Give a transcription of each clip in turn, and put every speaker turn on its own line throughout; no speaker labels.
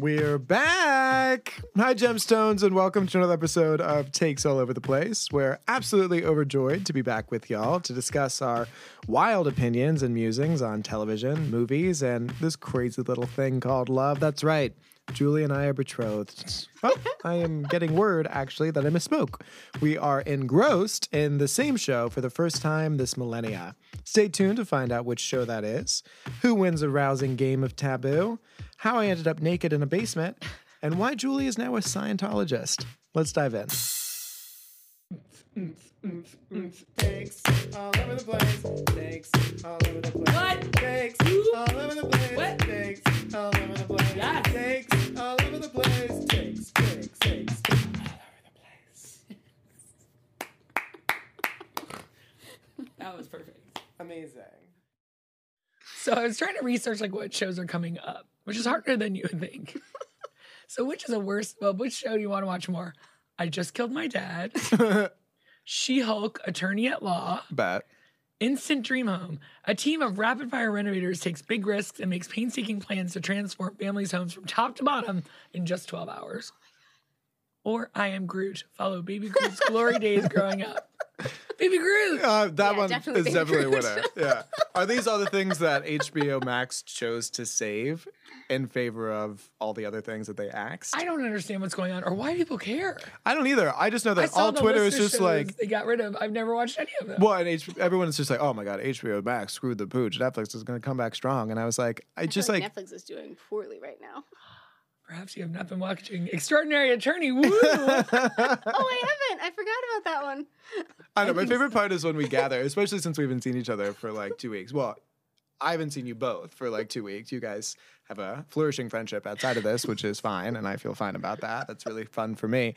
We're back. Hi, Gemstones, and welcome to another episode of Takes All Over the Place. We're absolutely overjoyed to be back with y'all to discuss our wild opinions and musings on television, movies, and this crazy little thing called love. That's right. Julie and I are betrothed. Oh, I am getting word actually that I misspoke. We are engrossed in the same show for the first time this millennia. Stay tuned to find out which show that is, who wins a rousing game of taboo, how I ended up naked in a basement, and why Julie is now a Scientologist. Let's dive in. Takes all over the place. Takes all over the place.
What?
Takes all over the place.
What?
Takes all over the place.
Yes.
Takes all over the place. Takes, takes, takes.
That was perfect.
Amazing.
So I was trying to research like what shows are coming up, which is harder than you would think. so which is the worst? Well, which show do you want to watch more? I just killed my dad. She-Hulk, Attorney at Law,
Bet.
Instant Dream Home. A team of rapid-fire renovators takes big risks and makes painstaking plans to transform families' homes from top to bottom in just 12 hours. Or I Am Groot. Follow Baby Groot's glory days growing up. Baby Groot.
Uh, that
Yeah,
one
definitely
is
Baby
definitely a
Groot.
winner. Yeah. Are these all the things that HBO Max chose to save in favor of all the other things that they axed?
I
I,
don't understand what's going on or why people care.
don't either. I just know
I
that
saw
all
the
Twitter
list
is
of
just
shows
like,
they got rid of. I've never watched any of them.
well, and H- everyone's just like, oh my God, HBO Max screwed the pooch. Netflix is going to come back strong. And I was like, I,
I feel
just like,
Netflix is doing poorly right now.
Perhaps you have not been watching Extraordinary Attorney. Woo!
Oh, I haven't. I forgot about that one.
I know. My favorite part is when we gather, especially since we haven't seen each other for like two weeks. Well, I haven't seen you both for like two weeks. You guys have a flourishing friendship outside of this, which is fine, and I feel fine about that. That's really fun for me.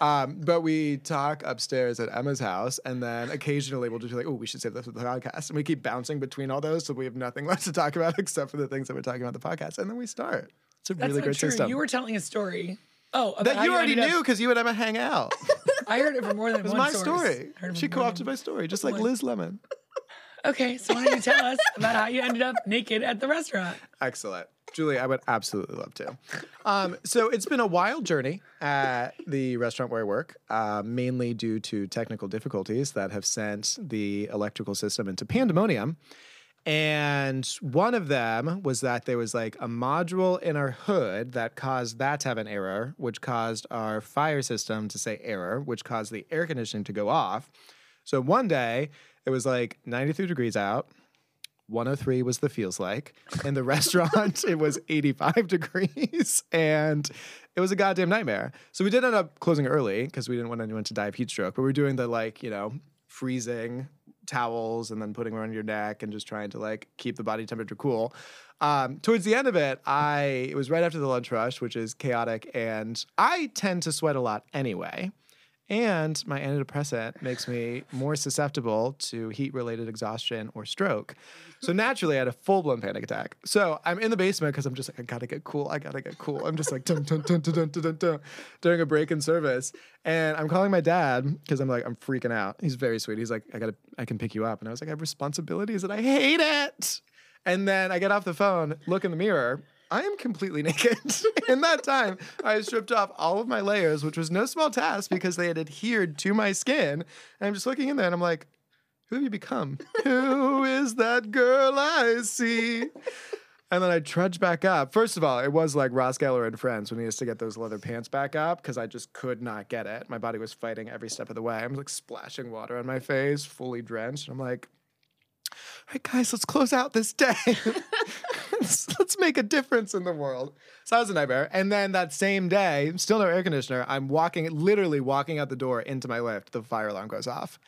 Um, but we talk upstairs at Emma's house, and then occasionally we'll just be like, "Oh, we should save this for the podcast," and we keep bouncing between all those, so we have nothing left to talk about except for the things that we're talking about in the podcast, and then we start. It's a
That's
really
not
great
true.
system.
You were telling a story. Oh, about
that
how
you already
ended
knew
up-
because you and Emma hang out.
I heard it from more than
It's
one
my
source.
story.
I heard it
She
from more
co-opted
than-
my story, just like
one.
Liz Lemon.
Okay, so why don't you tell us about how you ended up naked at the restaurant?
Excellent. Julie, I would absolutely love to. Um, so it's been a wild journey at the restaurant where I work, uh, mainly due to technical difficulties that have sent the electrical system into pandemonium. And one of them was that there was like a module in our hood that caused that to have an error, which caused our fire system to say error, which caused the air conditioning to go off. So one day it was like 93 degrees out. 103 was the feels like. In the restaurant, it was 85 degrees and it was a goddamn nightmare. So we did end up closing early because we didn't want anyone to die of heat stroke, but we were doing the like, you know, freezing towels and then putting around your neck and just trying to like keep the body temperature cool. Um, towards the end of it, I it was right after the lunch rush, which is chaotic, and I tend to sweat a lot anyway. And my antidepressant makes me more susceptible to heat related exhaustion or stroke. So naturally, I had a full blown panic attack. So I'm in the basement because I'm just like, I gotta get cool. I gotta get cool. I'm just like, dun, dun, dun, dun, dun, dun, dun, dun, during a break in service. And I'm calling my dad because I'm like, I'm freaking out. He's very sweet. He's like, I gotta, I can pick you up. And I was like, I have responsibilities and I hate it. And then I get off the phone, look in the mirror. I am completely naked. in that time, I stripped off all of my layers, which was no small task because they had adhered to my skin. And I'm just looking in there and I'm like, who have you become? who is that girl I see? And then I trudge back up. First of all, it was like Ross Geller and Friends when he has to get those leather pants back up because I just could not get it. My body was fighting every step of the way. I'm like splashing water on my face, fully drenched. I'm like, all right, guys, let's close out this day. let's, let's make a difference in the world. So that was a nightmare. And then that same day, still no air conditioner, I'm walking, literally walking out the door into my lift. The fire alarm goes off.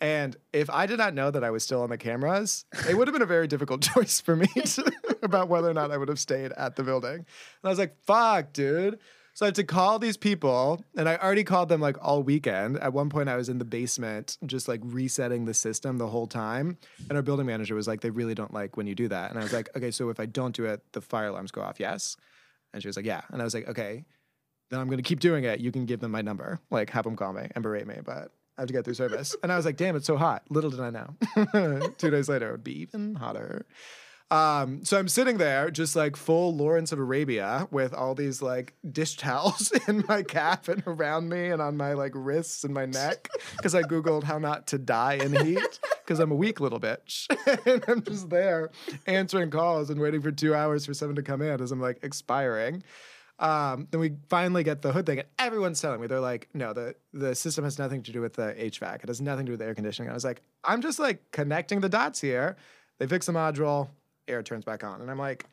And if I did not know that I was still on the cameras, it would have been a very difficult choice for me to, about whether or not I would have stayed at the building. And I was like, fuck, dude. So I had to call these people, and I already called them like all weekend. At one point, I was in the basement, just like resetting the system the whole time. And our building manager was like, they really don't like when you do that. And I was like, okay, so if I don't do it, the fire alarms go off, yes? And she was like, yeah. And I was like, okay, then I'm going to keep doing it. You can give them my number, like have them call me and berate me, but I have to get through service. and I was like, damn, it's so hot. Little did I know. Two days later, it would be even hotter. Um, so I'm sitting there just like full Lawrence of Arabia with all these like dish towels in my cap and around me and on my like wrists and my neck because I Googled how not to die in heat because I'm a weak little bitch. and I'm just there answering calls and waiting for two hours for someone to come in as I'm like expiring. Um, then we finally get the hood thing, and everyone's telling me they're like, "No, the the system has nothing to do with the HVAC. It has nothing to do with the air conditioning." I was like, "I'm just like connecting the dots here." They fix the module, air turns back on, and I'm like,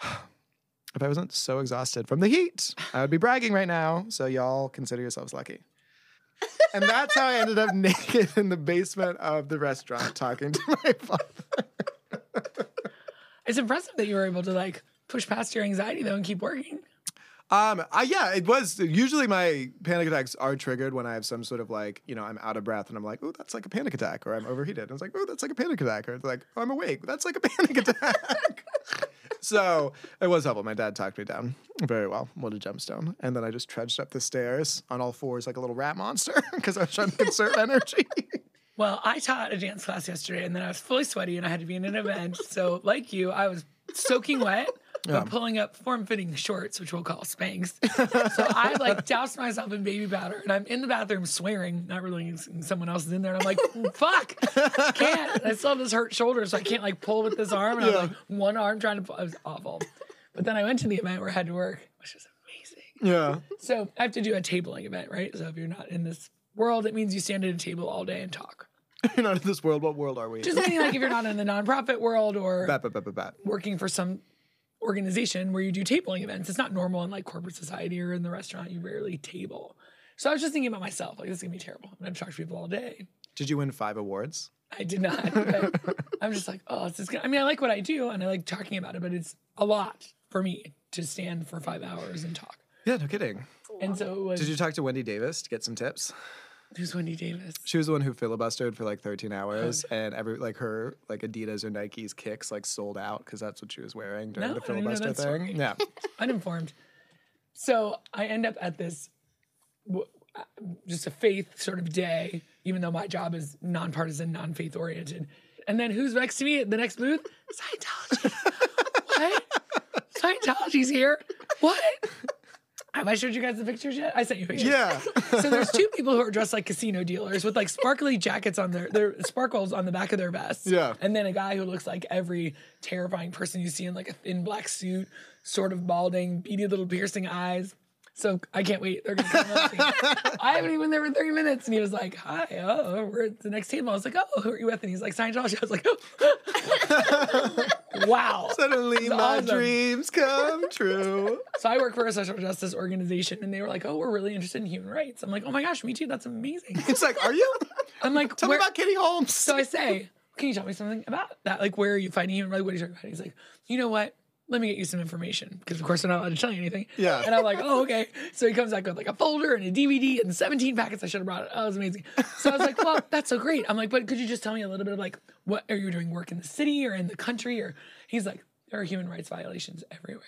"If I wasn't so exhausted from the heat, I would be bragging right now." So y'all consider yourselves lucky. And that's how I ended up naked in the basement of the restaurant talking to my father.
It's impressive that you were able to like push past your anxiety though and keep working.
Um, I, yeah, it was. Usually my panic attacks are triggered when I have some sort of like, you know, I'm out of breath and I'm like, oh, that's like a panic attack, or I'm overheated. And it's like, oh, that's like a panic attack, or it's like, oh, I'm awake. That's like a panic attack. so it was helpful. My dad talked me down very well. What a gemstone. And then I just trudged up the stairs on all fours like a little rat monster because I was trying to conserve energy.
Well, I taught a dance class yesterday and then I was fully sweaty and I had to be in an event. so, like you, I was soaking wet, but
Yeah.
pulling up form fitting shorts, which we'll call Spanx. so, I like doused myself in baby powder and I'm in the bathroom swearing, not realizing someone else is in there. And I'm like, fuck, can't. I still have this hurt shoulder, so I can't like pull with this arm. And I
Yeah.
was like, one arm trying to pull. It was awful. But then I went to the event where I had to work, which was amazing.
yeah.
So I have to do a tabling event, right? So if you're not in this world, it means you stand at a table all day and talk.
You're not in this world. What world are we?
Just meaning like if you're not in the nonprofit world or
bat, bat, bat, bat, bat.
working for some organization where you do tabling events, it's not normal in like corporate society or in the restaurant. You rarely table. So I was just thinking about myself, like this is gonna be terrible. I'm gonna talk to people all day.
Did you win five awards?
I did not. But I'm just like, oh, it's just gonna. I mean, I like what I do and I like talking about it, but it's a lot for me to stand for five hours and talk.
Yeah, no kidding.
And so it was.
Did you talk to Wendy Davis to get some tips?
who's Wendy Davis?
She was the one who filibustered for like 13 hours, and every like her like Adidas or Nikes kicks like sold out because that's what she was wearing during
No,
the
I didn't know
filibuster
that
thing.
story.
Yeah,
uninformed. So I end up at this w- uh, just a faith sort of day, even though my job is nonpartisan, non faith oriented. And then who's next to me at the next booth? Scientology. what? Scientology's here. What? Have I showed you guys the pictures yet? I sent you pictures.
yeah.
So there's two people who are dressed like casino dealers with like sparkly jackets on their their sparkles on the back of their vests.
Yeah.
And then a guy who looks like every terrifying person you see in like a thin black suit, sort of balding, beady little piercing eyes. So I can't wait. They're gonna come up to me. I haven't even been there for 30 minutes. And he was like, Hi, oh, we're at the next table. I was like, Oh, who are you with? And he's like, Scientology. I was like, "Oh." Wow.
Suddenly my
awesome.
dreams come true.
So I work for a social justice organization and they were like, Oh, we're really interested in human rights. I'm like, Oh my gosh, me too. That's amazing.
It's like, are you?
I'm like,
Tell
where,
me about Kitty Holmes.
So I say, can you tell me something about that? Like, where are you fighting him? Like, what are you talking about? He's like, you know what? Let me get you some information because, of course, they're not allowed to tell you anything.
Yeah.
And I'm like, oh, okay. So he comes back with like a folder and a DVD and 17 packets. I should have brought it. Oh, it was amazing. So I was like, well, that's so great. I'm like, but could you just tell me a little bit of like, what are you doing work in the city or in the country? Or he's like, there are human rights violations everywhere.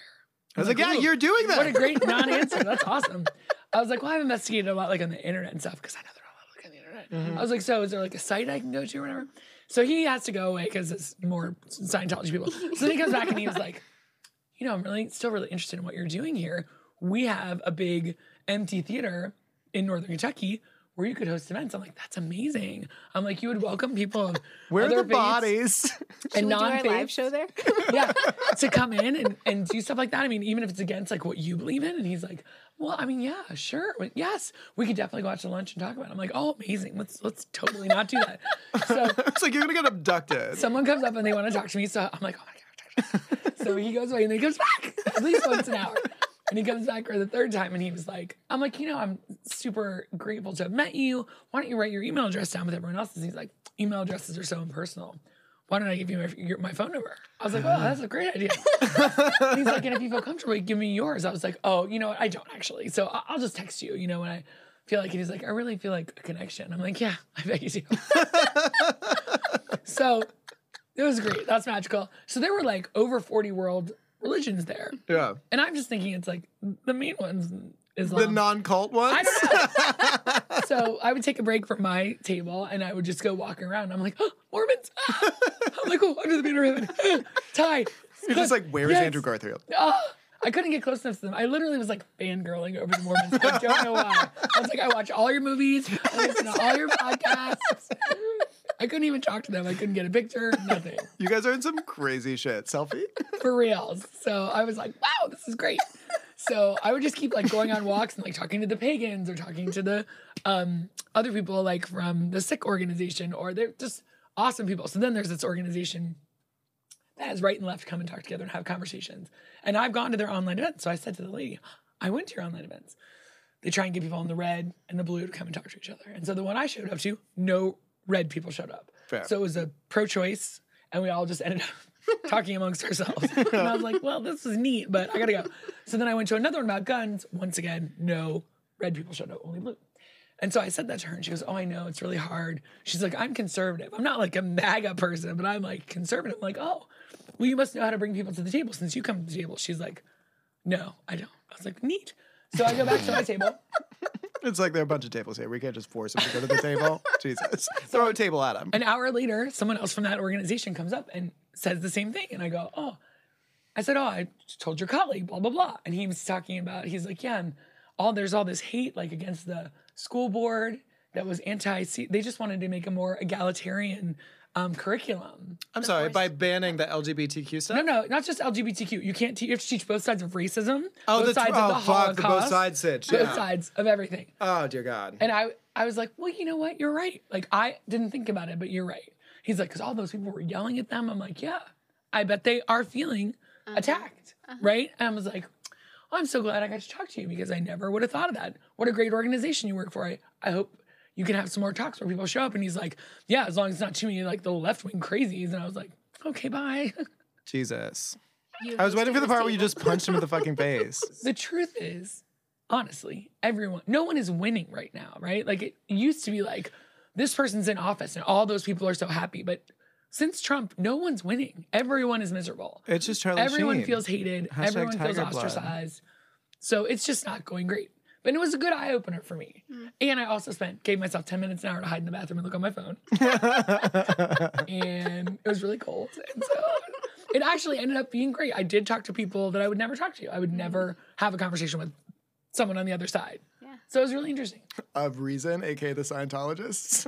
I was like, yeah,
ooh,
you're doing that.
What a great non-answer. That's awesome. I was like, well, I've investigated a lot like on the internet and stuff because I know they're all look on the internet.
Mm-hmm.
I was like, so is there like a site I can go to or whatever? So he has to go away because it's more Scientology people. So then he comes back and he was like, you know, I'm really still really interested in what you're doing here. We have a big empty theater in Northern Kentucky where you could host events. I'm like, that's amazing. I'm like, you would welcome people of
Where are the
other faiths
bodies?
Can
and
we do our
non-faiths
live show there?
yeah, to come in and, and do stuff like that. I mean, even if it's against like what you believe in. And he's like, well, I mean, yeah, sure, Well, yes, we could definitely go out to lunch and talk about. it. I'm like, oh, amazing. Let's let's totally not do that. So
it's like you're gonna get abducted.
someone comes up and they want to talk to me, so I'm like, oh my god. I'm talking to you." so he goes away and then he comes back at least once an hour. And he comes back for the third time and he was like, I'm like, you know, I'm super grateful to have met you. Why don't you write your email address down with everyone else's? He's like, email addresses are so impersonal. Why don't I give you my, your, my phone number? I was like, oh, that's a great idea. And he's like, and if you feel comfortable, you give me yours. I was like, oh, you know what? I don't actually. So I- I'll just text you, you know, when I feel like it. He's like, I really feel like a connection. I'm like, yeah, I bet you do. so it was great. That's magical. So there were like over 40 world religions there.
Yeah.
And I'm just thinking it's like the main ones is
The non cult ones?
Uh, I don't know. so I would take a break from my table and I would just go walking around. I'm like, oh, Mormons. Ah! I'm like, oh, under the banner of heaven. Ty.
You're just like, where's
Yes.
Andrew Garfield?
Ah. I couldn't get close enough to them. I literally was like fangirling over the Mormons. I don't know why. I was like, I watch all your movies, I listen to all your podcasts. I couldn't even talk to them. I couldn't get a picture, nothing.
You guys are in some crazy shit. Selfie?
for reals. So I was like, wow, this is great. So I would just keep like going on walks and like talking to the pagans or talking to the um, other people like from the sick organization or they're just awesome people. So then there's this organization that has right and left come and talk together and have conversations. And I've gone to their online events. So I said to the lady, I went to your online events. They try and get people in the red and the blue to come and talk to each other. And so the one I showed up to, no red people showed up.
Fair.
So it was a pro choice, and we all just ended up talking amongst ourselves. And I was like, well, this is neat, but I gotta go. So then I went to another one about guns. Once again, no red people showed up, only blue. And so I said that to her, and she goes, Oh, I know, it's really hard. She's like, I'm conservative. I'm not like a MAGA person, but I'm like conservative. I'm like, oh, well, you must know how to bring people to the table since you come to the table. She's like, No, I don't. I was like, Neat. So I go back to my table.
It's like there are a bunch of tables here. We can't just force them to go to the table. Jesus. Throw a table at them.
An hour later, someone else from that organization comes up and says the same thing. And I go, Oh, I said, Oh, I told your colleague, blah, blah, blah. And he was talking about, he's like, Yeah, and all there's all this hate like against the school board that was anti they just wanted to make a more egalitarian um, curriculum.
I'm sorry, by banning the LGBTQ stuff?
No, no, not just LGBTQ. You can't teach you have to teach both sides of racism,
Oh,
both
the,
sides
oh
of the
fuck,
Holocaust,
the both sides sitch.
both
Yeah.
sides of everything.
Oh, dear God.
And I, I was like, well, you know what? You're right. Like, I didn't think about it, but you're right. He's like, because all those people were yelling at them. I'm like, yeah, I bet they are feeling attacked, right? And I was like, well, I'm so glad I got to talk to you because I never would have thought of that. What a great organization you work for. I, I hope you can have some more talks where people show up. And he's like, yeah, as long as it's not too many like the left wing crazies. And I was like, okay, bye.
Jesus.
You
I was
hosted
waiting for the
this
part where you
table.
just punched him in the fucking face.
the truth is, honestly, everyone, no one is winning right now, right? Like it used to be like this person's in office and all those people are so happy, but since Trump, no one's winning. Everyone is miserable.
It's just Charlie
Everyone
Sheen.
feels hated.
Hashtag
Everyone feels
tiger blood.
ostracized. So it's just not going great. But it was a good eye opener for me. And I also spent gave myself 10 minutes an hour to hide in the bathroom and look on my phone. and it was really cold. And so it actually ended up being great. I did talk to people that I would never talk to. I would never have a conversation with someone on the other side.
Mm. Yeah.
So it was really interesting.
of reason, aka the Scientologists.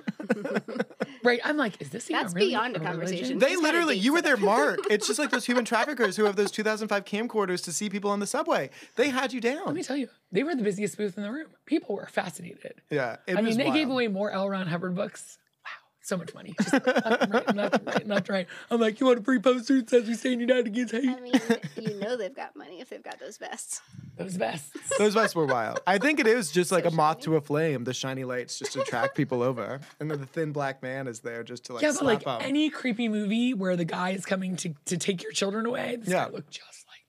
Right. I'm like, is this even
That's
really
beyond a
religion?
conversation.
They
It's gotta
literally,
be
you were their mark. It's just like those human traffickers who have those 2005 camcorders to see people on the subway. They had you
Let
down.
me tell you, they were the busiest booth in the room. People were fascinated.
Yeah, it
I
was
mean, they gave
wild.
away more L. Ron Hubbard books. Wow, so much money. Just left and right, and left and right, and left and right. I'm like, you want a free poster that says we stand united against hate?
I mean, you know they've got money if they've got those vests.
Those vests.
Those vests were wild. I think it is just like a
So
moth
shiny.
to a flame. The shiny lights just attract people over, and then the thin black man is there just to like
yeah, but
slap
like
up.
any creepy movie where the guy is coming to, to take your children away, this
Yeah.
guy looked just like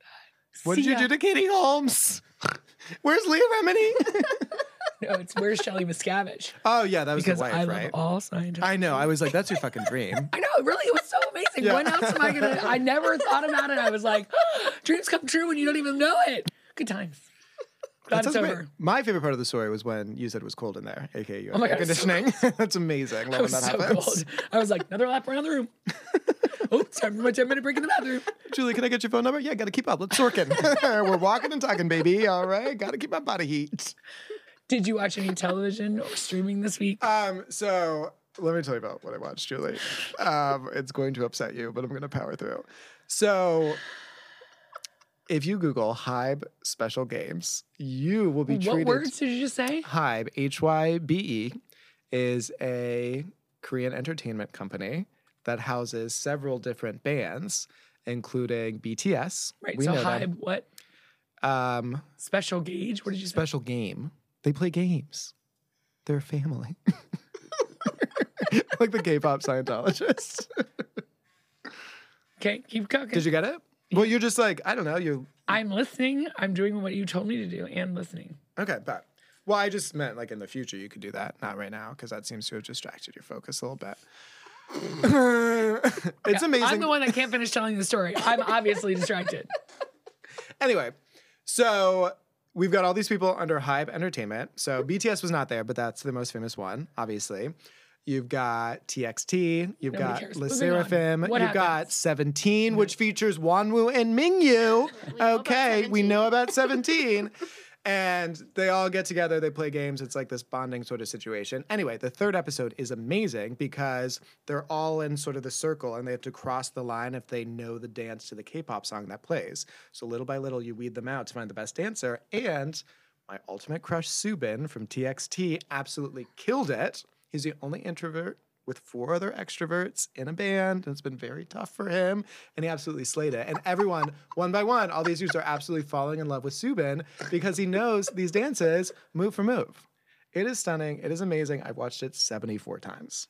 that.
what did
See
you
ya.
do to Katie Holmes? Where's Leah Remini?
No, it's where's Shelley Miscavige?
oh yeah, that was
Because
the wife,
I love
right?
all Scientists.
I know. I was like, that's your fucking dream.
I know, really, it was so amazing.
Yeah.
When else am I gonna? I never thought about it. I was like, dreams come true when you don't even know it. Good times. Glad
That
it's
sounds great.
over. Oh
My favorite part of the story was when you said it was cold in there, aka you had
my
air
God, it was so
conditioning. that's amazing. Love
I
when
was
that
so
happens.
cold. I was like, another lap around the room. oh, it's time for my 10 minute break in the bathroom.
Julie, can I get your phone number? Yeah, gotta keep up. Let's Sorkin. We're walking and talking, baby. All right, gotta keep my body heat.
Did you watch any television or streaming this week?
Um, so let me tell you about what I watched, Julie. Um, it's going to upset you, but I'm gonna power through. So if you Google Hybe special games, you will be
What
treated.
words did you just say?
Hybe, H Y B E, is a Korean entertainment company that houses several different bands, including BTS.
Right.
We
so,
know them.
Hybe, what?
Um,
Special Gauge? What did you say?
special game. They play games. They're a family. like the K-pop Scientologists.
Okay, keep cooking.
Did you get it? Well, you're just like I don't know. You
I'm listening. I'm doing what you told me to do and listening.
okay? But well, I just meant like in the future you could do that, not right now, because that seems to have distracted your focus a little bit. it's
Yeah,
amazing.
I'm the one that can't finish telling the story. I'm obviously distracted.
Anyway, so we've got all these people under Hype Entertainment. So BTS was not there, but that's the most famous one, obviously. You've got TXT, you've
Nobody
got
cares.
Le
Moving on.
Seraphim, you've
What
got
happens?
17, which features Wanwoo and Mingyu.
Mm-hmm. know about
okay, we
17.
know about 17. and they all get together, they play games. It's like this bonding sort of situation. Anyway, the third episode is amazing because they're all in sort of the circle and they have to cross the line if they know the dance to the K pop song that plays. So little by little, you weed them out to find the best dancer. And my ultimate crush, Subin from TXT, absolutely killed it. He's the only introvert with four other extroverts in a band. And it's been very tough for him. And he absolutely slayed it. And everyone, one by one, all these dudes are absolutely falling in love with Subin because he knows these dances move for move. It is stunning. It is amazing. I've watched it 74 times.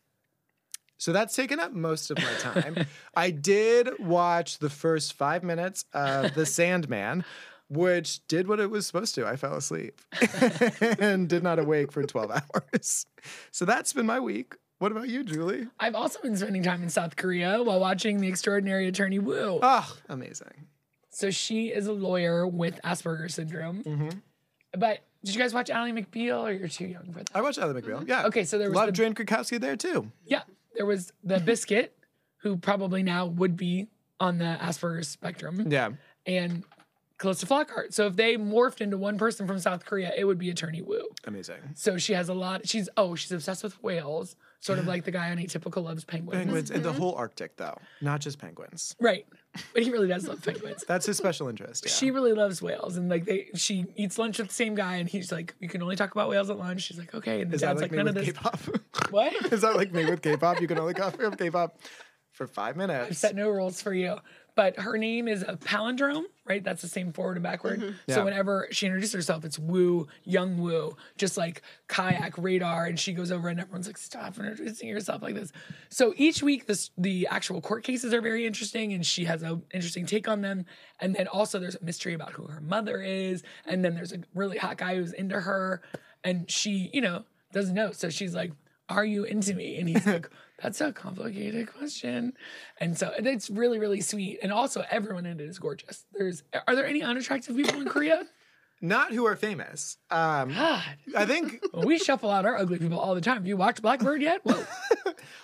So that's taken up most of my time. I did watch the first five minutes of The Sandman, which did what it was supposed to. I fell asleep and did not awake for 12 hours. So that's been my week. What about you, Julie?
I've also been spending time in South Korea while watching The Extraordinary Attorney Woo.
Oh, amazing.
so she is a lawyer with Asperger's syndrome.
Mm-hmm.
But did you guys watch Ally McBeal or you're too young for that?
I watched Ally McBeal. Yeah.
Okay, so there was
Love
the-
Jane Krakowski there too.
Yeah, there was the biscuit, who probably now would be on the Asperger's spectrum,
Yeah.
and Calista Flockhart. So if they morphed into one person from South Korea, it would be Attorney Woo.
Amazing.
So she has a lot. She's oh, she's obsessed with whales, sort of like the guy on Atypical loves penguins.
Penguins and the
Mm-hmm.
whole Arctic, though, not just penguins.
Right, but he really does love penguins.
That's his special interest. Yeah.
She really loves whales, and like they, she eats lunch with the same guy, and he's like, "You can only talk about whales at lunch." She's like, "Okay," and the
is that
dad's
like,
like,
me
"None
with
of this."
K-pop?
What?
is that like me with K-pop? You can only cover up K-pop for five minutes.
set no rules for you. But her name is a palindrome, right? That's the same forward and backward.
Yeah.
So whenever she introduces herself, it's Woo, Young Woo, just like kayak radar, and she goes over, and everyone's like, "Stop introducing yourself like this." So each week, this the actual court cases are very interesting, and she has an interesting take on them. And then also there's a mystery about who her mother is, and then there's a really hot guy who's into her, and she, you know, doesn't know. So she's like, are you into me? And he's like, that's a complicated question. And so and it's really, really sweet. And also everyone in it is gorgeous. There's are there any unattractive people in Korea?
Not who are famous. Um,
God.
I think.
Well, we shuffle out our ugly people all the time. Have you watched Blackbird yet? Whoa.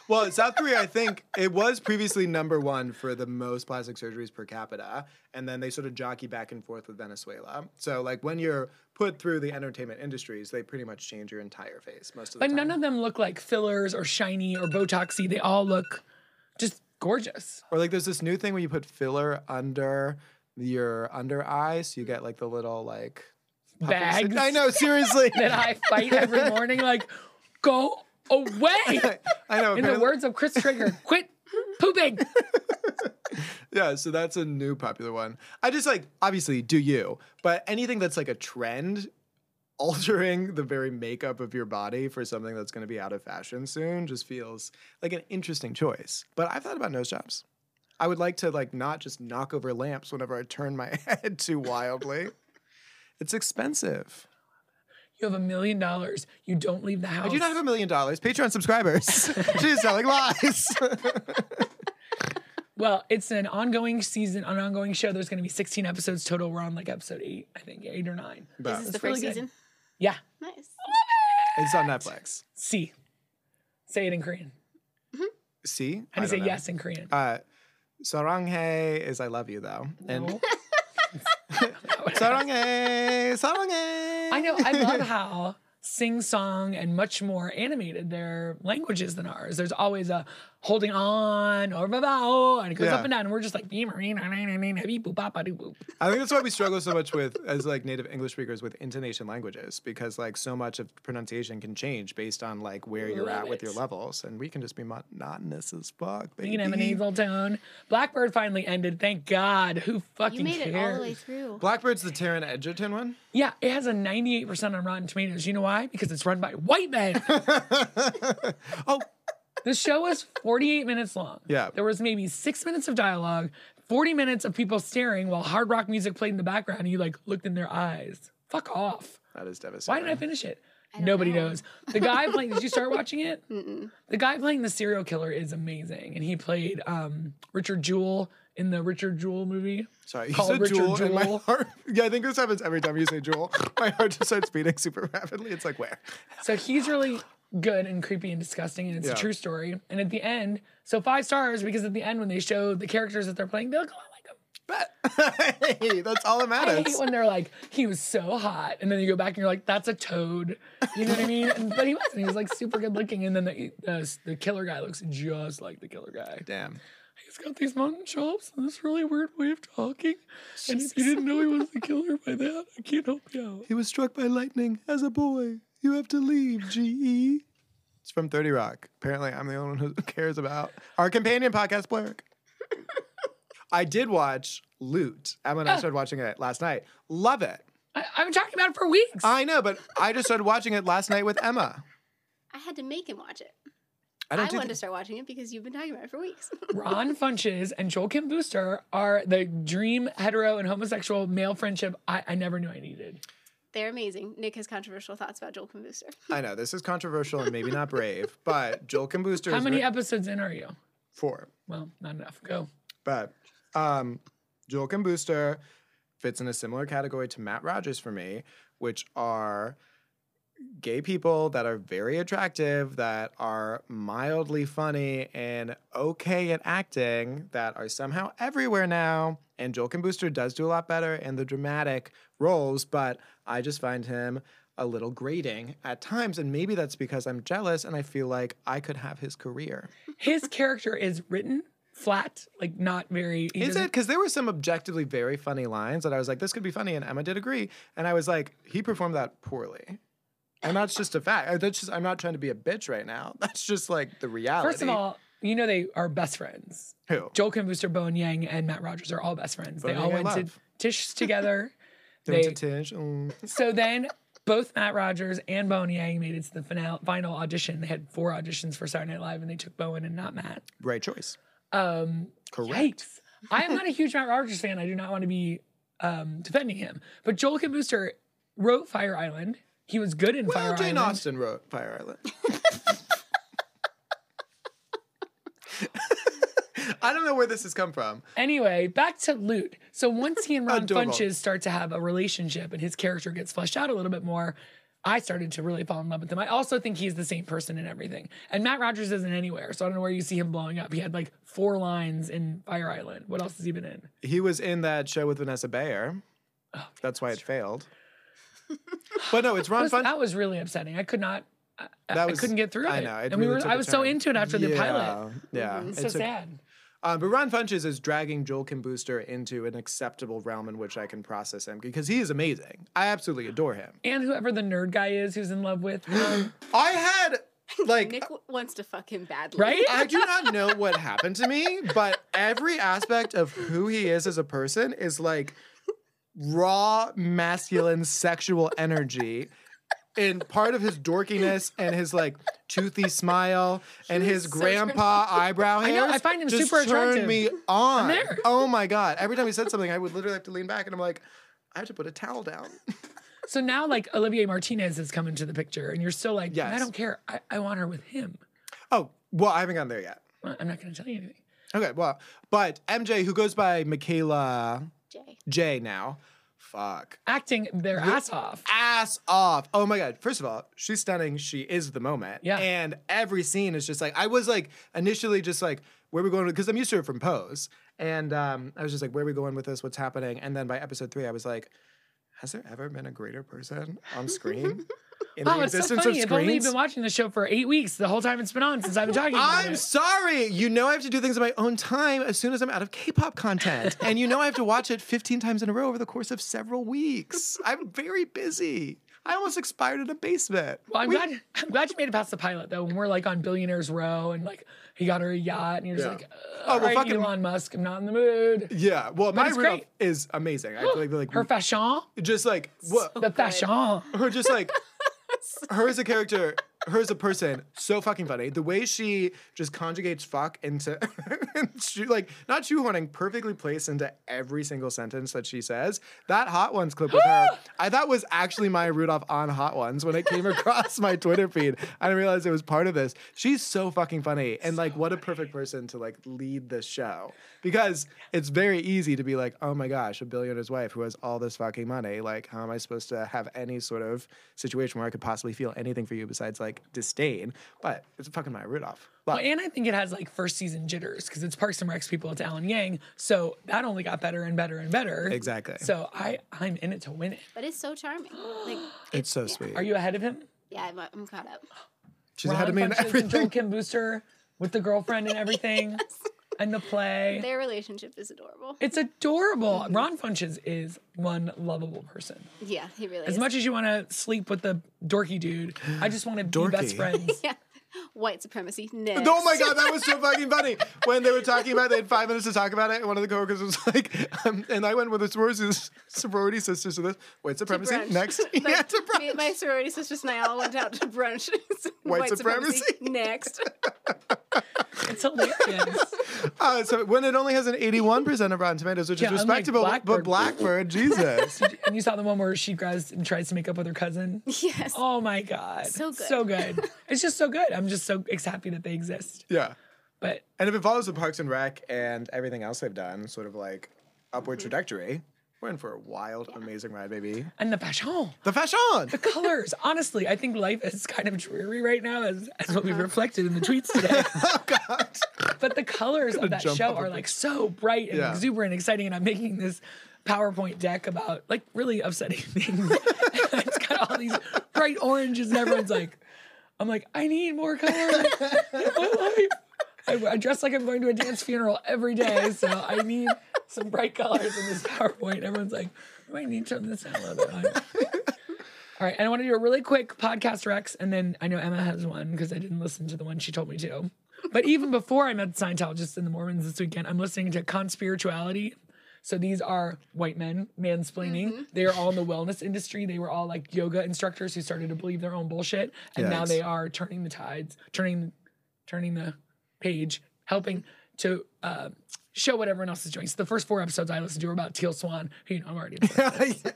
Well, South Korea, I think it was previously number one for the most plastic surgeries per capita, and then they sort of jockey back and forth with Venezuela. So, like when you're put through the entertainment industries, they pretty much change your entire face most of the
But
time.
none of them look like fillers or shiny or botoxy. They all look just gorgeous.
Or like there's this new thing where you put filler under your under eye, so you get like the little like puffy
Bags.
I know, seriously.
That I fight every morning, like, go away.
I know.
In the
apparently-
words of Chris Trigger, quit pooping.
Yeah, so that's a new popular one. I just like obviously do you, but anything that's like a trend altering the very makeup of your body for something that's going to be out of fashion soon just feels like an interesting choice. But I've thought about nose jobs. I would like to like not just knock over lamps whenever I turn my head too wildly. it's expensive.
You have a million dollars. You don't leave the house.
I do not have a million dollars. Patreon subscribers. She's telling lies.
Well, it's an ongoing season, an ongoing show. There's going to be 16 episodes total. We're on like episode eight, I think, eight or nine.
But
This is
That's
the
really
first
good.
season.
Yeah.
Nice.
it's on Netflix.
C. Say it in Korean.
See?
How do
I
you say
don't know.
yes in Korean?
Uh, saranghae is I love you though, and
No.
saranghae, saranghae.
I know. I love how sing song and much more animated their languages than ours. There's always a holding on or blah, blah, oh, and it goes
Yeah.
up and down. And we're just like, beep, beep, beep, boop, bop, bop, doop, boop.
I think that's why we struggle so much with as like native English speakers with intonation languages because like so much of pronunciation can change based on like where you're
Love
at with your
it.
levels, and we can just be monotonous as fuck. Baby.
you can have an nasal tone. Blackbird finally ended. Thank God. Who fucking
You made
cares?
it all the way through.
Blackbird's the Taryn Edgerton one.
Yeah, it has a 98% on Rotten Tomatoes. You know why? Because it's run by white men.
Oh,
the show was 48 minutes long.
Yeah.
There was maybe six minutes of dialogue, 40 minutes of people staring while hard rock music played in the background, and you like looked in their eyes. Fuck off.
that is
Why
devastating.
did I finish it?
don't
Nobody
know.
knows. The guy playing, did you start watching it? The guy playing the serial killer is amazing. And he played um, Richard Jewell in the Richard Jewell movie.
Sorry, you
Call
said
Richard
Jewel, and my
Jewell.
heart. Yeah, I think this happens every time you say Jewel. my heart just starts beating super rapidly. It's like where?
So he's really good and creepy and disgusting, and it's
Yeah.
a true story. And at the end, so five stars because at the end when they show the characters that they're playing, they look a lot like him.
But hey, that's all that
I
matters.
hate when they're like, he was so hot, and then you go back and you're like, that's a toad. You know what I mean? And, but he wasn't. He was like super good looking, and then the the, the killer guy looks just like the killer guy.
Damn.
He's got these mountain chops and this really weird way of talking. And if you didn't know he was the killer by that, I can't help you out.
He was struck by lightning as a boy. You have to leave, E. GE. It's from 30 Rock. Apparently, I'm the only one who cares about our companion podcast, Blurk. I did watch Loot. Emma
Ah.
and I started watching it last night. Love it.
I, I've been talking about it for weeks.
I know, but I just started watching it last night with Emma.
I had to make him watch it.
I
I,
don't do
wanted
thi-
to start watching it because you've been talking about it for weeks.
Ron Funches and Joel Kim Booster are the dream hetero and homosexual male friendship I, I never knew I needed.
They're amazing. Nick has controversial thoughts about Joel Convooster.
I know this is controversial and maybe not brave, but Joel Kim Booster
How
is
many
very-
episodes in are you?
four.
Well, not enough. Go.
But um, Joel Kim Booster fits in a similar category to Matt Rogers for me, which are gay people that are very attractive, that are mildly funny and okay at acting, that are somehow everywhere now. And Joel Kim Booster does do a lot better in the dramatic roles, but I just find him a little grating at times. And maybe that's because I'm jealous and I feel like I could have his career.
His character is written flat, like not very. he
Is it?
doesn't-
Because there were some objectively very funny lines that I was like, this could be funny. And Emma did agree. And I was like, he performed that poorly. And that's just a fact. Uh, That's just, I'm not trying to be a bitch right now. That's just like the reality.
First of all, you know they are best friends.
who?
Joel Kim Booster, Bowen Yang, and Matt Rogers are all best friends.
Bowen
they all
Yang I
went to
love.
Tish together.
They,
they-
went to Tish. Mm.
so then both Matt Rogers and Bowen Yang made it to the final, final audition. They had four auditions for Saturday Night Live, and they took Bowen and not Matt.
Right choice.
Um,
Correct.
yikes! I am not a huge Matt Rogers fan. I do not want to be um, defending him, but Joel Kim Booster wrote Fire Island. He was good in
Well,
Fire
Jane
Island.
Austen wrote Fire Island. I don't know where this has come from.
Anyway, back to Loot. So once he and Ron
Adorable.
Funches start to have a relationship and his character gets fleshed out a little bit more, I started to really fall in love with him. I also think he's the same person in everything. And Matt Rogers isn't anywhere, so I don't know where you see him blowing up. He had like four lines in Fire Island. What else has he been in?
He was in that show with Vanessa Bayer.
Oh,
that's why it failed. but no, it's
That
Ron
was,
Funches.
that was really upsetting. I could not. I, I-
That
I
was-
couldn't get through it.
I know, it
and we
really
were.
took
I
a
was so
turn.
into it after the pilot.
Yeah,
It's Mm-hmm. so
It took-
sad.
Um, but Ron Funches is dragging Joel Kim Booster into an acceptable realm in which I can process him because he is amazing. I absolutely adore him.
And whoever the nerd guy is who's in love with, um,
I had
Nick
like. uh
w- wants to fuck him badly.
right?
I do not know what happened to me, but every aspect of who he is as a person is like raw masculine sexual energy. And part of his dorkiness and his like toothy smile and his
So
grandpa eyebrow
I
hair.
know, I find him super attractive.
Turn me on.
there.
Oh my god! Every time he said something, I would literally have to lean back, and I'm like, I have to put a towel down.
So now, like Olivier Martinez has come into the picture, and you're still like, I
Yes.
don't care. I, I want her with him.
Oh well, I haven't gotten there yet.
Well, I'm not going to tell you anything.
Okay, well, but MJ, who goes by Michaela
Jay.
J now, fuck.
Acting their ass off.
ass off. Oh my god! First of all, she's stunning. She is the moment.
Yeah.
And every scene is just like I was like initially just like where are we going because I'm used to her from Pose, and um, I was just like where are we going with this? What's happening? And then by episode three, I was like, has there ever been a greater person on screen in
Wow, Oh, it's so funny. I've only been watching the show for eight weeks. The whole time it's been on since I've been talking about
I'm
it.
sorry. You know I have to do things on my own time as soon as I'm out of K-pop content, and you know I have to watch it 15 times in a row over the course of several weeks. I'm very busy. I almost expired in a basement.
well, I'm
We-
glad. I'm glad you made it past the pilot though. When we're like on Billionaires Row and like he got her a yacht, and you're just
Yeah.
like, oh,
well, fucking-
Elon Musk, I'm not in the mood.
Yeah, well, my
it's
Rudolph
great.
is amazing. I feel like, like
Her
Oh,
fashion,
just like what
the fashion.
her just like her as a character her as a person so fucking funny. The way she just conjugates fuck into and she, like not shoehorning, perfectly placed into every single sentence that she says. That hot ones clip with her, I thought was actually Maya Rudolph on hot ones when it came across my Twitter feed. I didn't realize it was part of this. She's so fucking funny and like what a perfect person to like lead the show because it's very easy to be like, oh my gosh, a billionaire's wife who has all this fucking money. Like, how am I supposed to have any sort of situation where I could possibly feel anything for you besides like disdain? But it's fucking Maya Rudolph. Love.
Well, and I think it has like first season jitters because it's Parks and Rec's people, it's Alan Yang. So that only got better and better and better.
Exactly.
So I, I'm in it to win it.
But it's so charming. Like,
it's so sweet.
Are you ahead of him?
yeah, I'm, I'm caught up.
She's ahead of me in
functionally controlled
everything.
Kim Booster with the girlfriend and everything and the play.
Their relationship is adorable.
It's adorable. Ron Funches is one lovable person.
Yeah, he really
As
is.
much as you want to sleep with the dorky dude, I just want to be
Dorky.
best friends.
yeah. White supremacy. Next.
Oh my god, that was so fucking funny. When they were talking about, it, they had five minutes to talk about it, and one of the coworkers was like, um, "And I went with the sorority, sorority sisters to this white supremacy
brunch.
next,
My-
yeah, to brunch."
me and my sorority sisters and I all went out to brunch.
White supremacy.
Next.
It's hilarious.
Uh, so when it only has an 81% of Rotten Tomatoes, which
Yeah,
is
unlike
respectable, but
Blackbird.
Blackbird, Jesus.
and you saw the one where she grabs and tries to make up with her cousin.
Yes.
Oh my god.
So good.
So good. It's just so good. I'm just so ex- happy that they exist.
Yeah.
But
And if it follows the Parks and Rec and everything else they've done, sort of like upward trajectory, we're in for a wild, amazing ride, baby.
and the passion.
The fashion.
colors. Honestly, I think life is kind of dreary right now, as, as what we've reflected in the tweets today.
Uh-huh. oh, God.
But the colors of that
jump
show
up a
are
bit.
like so bright and
Yeah.
exuberant, and exciting. And I'm making this PowerPoint deck about like really upsetting things. it's got all these bright oranges, and everyone's like, "I'm like, I need more color." My life. I, I dress like I'm going to a dance funeral every day, so I need some bright colors in this PowerPoint. Everyone's like, "Do I need to turn this down a little bit?" I'm like, all right, and I want to do a really quick podcast Rex, and then I know Emma has one because I didn't listen to the one she told me to. But even before I met Scientologists and the Mormons this weekend, I'm listening to Conspirituality. So these are white men mansplaining. They are all in the wellness industry. They were all like yoga instructors who started to believe their own bullshit, and now
Yikes.
they are turning the tides, turning, turning the page, helping to uh, show what everyone else is doing. So the first four episodes I listened to were about Teal Swan, who you know I'm already. obsessed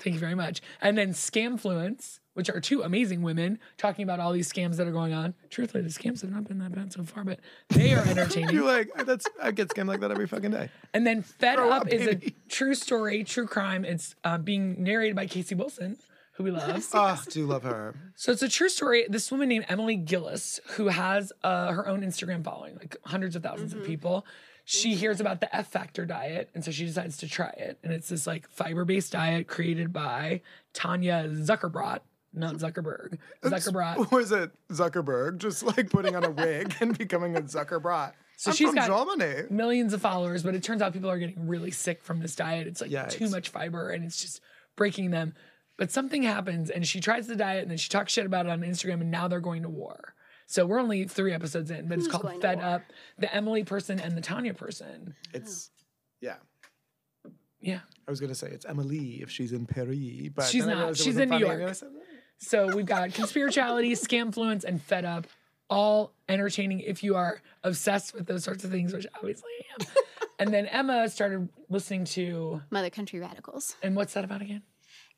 Thank you very much. And then Scamfluence, which are two amazing women talking about all these scams that are going on. Truthfully, the scams have not been that bad so far, but they are
You're
entertaining.
like, that's, I get scammed like that every fucking day.
and then Fed
Grow
Up
up,
is a
baby.
true story, true crime. It's uh, being narrated by Casey Wilson, who we love.
Oh, do love her.
So it's a true story. This woman named Emily Gillis, who has uh, her own Instagram following, like hundreds of 1000s of people, she hears about the F Factor diet, and so she decides to try it. And it's this like fiber-based diet created by Tanya Zuckerbrot, not Zuckerberg. Zuckerbrot.
Or is it Zuckerberg just like putting on a wig and becoming a Zuckerbrot? So I'm
she's
from
got- Mm.
Germany.
millions of followers, but it turns out people are getting really sick from this diet. It's like too
Yikes.
much fiber and it's just breaking them. But something happens and she tries the diet and then she talks shit about it on Instagram and now they're going to war. So we're only three episodes in, but it's
Who's
called
going to
Fed
war?
Up, the Emily person and the Tanya person.
It's, yeah.
Yeah.
I was gonna say it's Emily if she's in Paris, but
She's
then I
not.
realized it
She's
wasn't
in New
funny, and
York.
I said,
So we've got Conspirituality, Scamfluence, and Fed Up, all entertaining if you are obsessed with those sorts of things, which obviously I am. and then Emma started listening to,
Mother Country Radicals.
and what's that about again?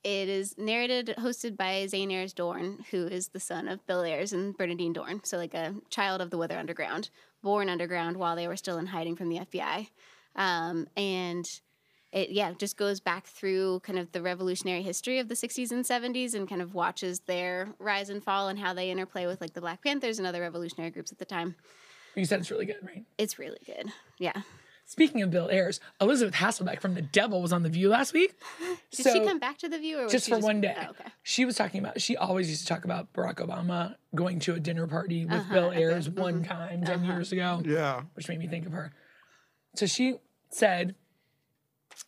It is narrated, hosted by Zane Ayres Dorn, who is the son of Bill Ayres and Bernadine Dorn. So, like a child of the Weather Underground, born underground while they were still in hiding from the FBI. Um, and it, yeah, just goes back through kind of the revolutionary history of the 60s and 70s and kind of watches their rise and fall and how they interplay with like the Black Panthers and other revolutionary groups at the time.
You said it's really good, right?
It's really good. Yeah.
Speaking of Bill Ayers, Elizabeth Hasselbeck from The Devil was on The View last week.
Did
So,
she come back to the view or was
Just
she
for one day.
Oh, okay.
She was talking about, she always used to talk about Barack Obama going to a dinner party with
Uh-huh,
Bill Ayers
mm-hmm.
one time 10 years ago,
yeah,
which made me think of her. So she said,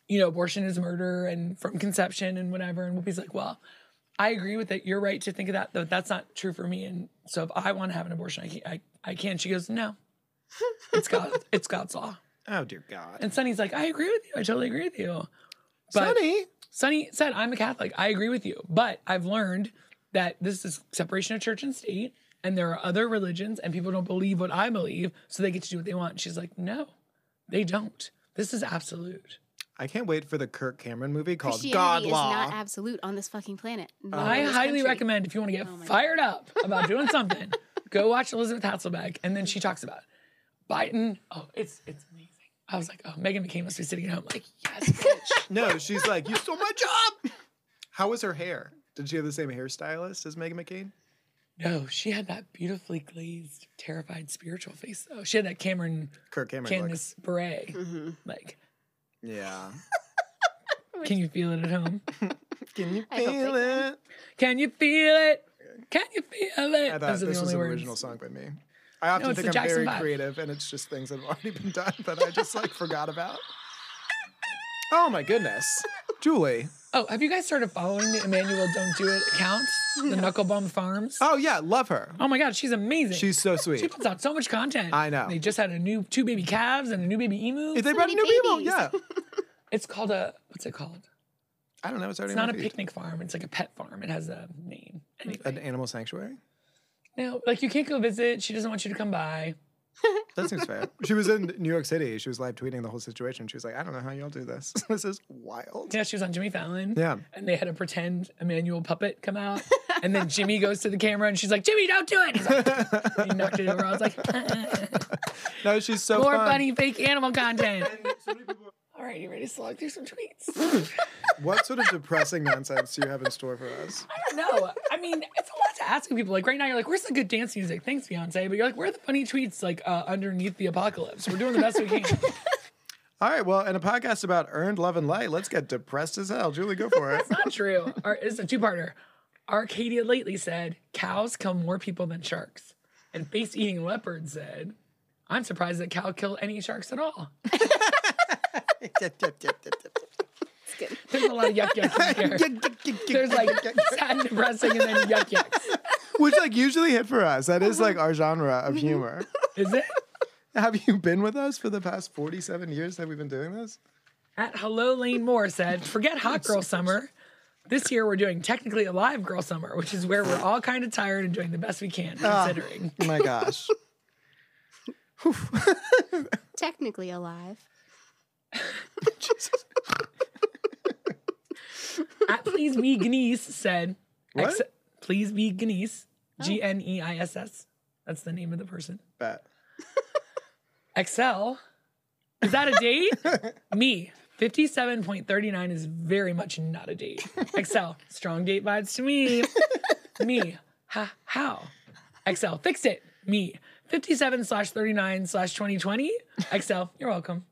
you know, abortion is murder and from conception and whatever. And Whoopi's like, well, I agree with it. You're right to think of that, though that's not true for me. And so if I want to have an abortion, I can't. I, I can. She goes, no, it's God, it's God's law.
Oh dear God,
And Sonny's like, I agree with you. I totally agree with you. But
Sunny.
Sonny said, I'm a Catholic. I agree with you. But I've learned that this is separation of church and state, and there are other religions, and people don't believe what I believe, so they get to do what they want. She's like, no, they don't. This is absolute.
I can't wait for the Kirk Cameron movie called
Christianity
God
is
Law.
not absolute on this fucking planet. nor
I
in this
highly
country.
recommend if you want to get fired up about doing something, go watch Elizabeth Hasselbeck, and then she talks about Biden. Oh, it's it's amazing. I was like, oh, Megan McCain must be sitting at home like, yes, bitch.
no, she's like, you stole my job. How was her hair? Did she have the same hairstylist as Megan McCain?
no, she had that beautifully glazed, terrified spiritual face though. She had that Cameron
Kirk Cameron looks.
Candace beret.
Mhm.
Like,
Yeah.
can you feel it at home?
Can you
I hope they
feel it?
Can you feel it? Can you feel
I
it?
thought
Those are
this
the
was
only
an
words.
original song by me. I often
it's
think
the
I'm
Jackson
very
Five.
creative, and it's just things that have already been done that I just like forgot about. Oh my goodness, Julie!
Oh, have you guys started following the Emmanuel Don't Do It account? The Knucklebum Farms?
Oh yeah, love her.
Oh my God, she's amazing.
She's so
She
sweet.
puts out so much content.
I know.
They just had a new two baby calves and a new baby emu.
If they brought
many
new people,
babies.
yeah.
It's called a what's it called?
I don't know. It's already
It's
in my
not a
feed. Hmm.
picnic farm. It's like a pet farm. It has a name.
An
Anyway,
animal sanctuary.
no, like you can't go visit. She doesn't want you to come by.
That seems fair. She was in New York City. She was live tweeting the whole situation. She was like, I don't know how y'all do this. this is wild.
Yeah, she was on Jimmy Fallon.
Yeah.
And they had a pretend Emmanuel puppet come out, and then Jimmy goes to the camera and she's like, "Jimmy, don't do it." He's like, he knocked it over. I was like,
No, she's so
"More
fun.
funny fake animal content." All right, you ready to slog through some tweets?
What sort of depressing nonsense do you have in store for us?
No, I mean it's a lot to ask of people. Like right now, you're like, "Where's the good dance music?" Thanks, Beyonce. But you're like, "Where are the funny tweets?" Like uh, underneath the apocalypse, we're doing the best we can.
All right. Well, in a podcast about earned love and light, let's get depressed as hell. Julie, go for it.
Not true. Our, it's a two-parter. Arcadia lately said cows kill more people than sharks, and face-eating leopard said, "I'm surprised that cow killed any sharks at all."
It's good.
There's a lot of yuck yucks in here. There's like sad, and depressing, and then yuck yucks.
Which like usually hit for us. That is like our
Uh-huh.
genre of
Mm-hmm.
humor.
Is it?
Have you been with us for the past 47 years that we've been doing this?
At Hello Lane Moore said, "Forget hot girl summer." This year we're doing technically a live girl summer, which is where we're all kind of tired and doing the best we can, considering.
My gosh.
Technically alive.
At Please Be Gneiss said,
What? Oh.
Please Be Gneiss, G N E I S S. That's the name of the person.
Bet.
Excel. Is that a date? Me. 57.39 is very much not a date. Excel. Strong date vibes to me. Me. Ha, how? Excel. Fix it. Me. 57 slash 39 slash 2020. Excel. You're welcome.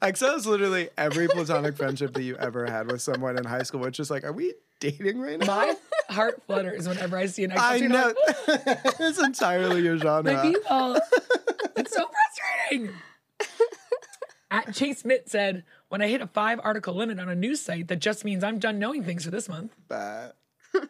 Excel is literally every platonic friendship that you ever had with someone in high school. Where it's just like, are we dating right now?
My heart flutters whenever I see an Excel.
I
tweet. I'm
know.
like,
it's entirely your
my
genre.
people. it's so frustrating. At Chase Mitt said, when I hit a five article limit on a news site, that just means I'm done knowing things for this month.
But so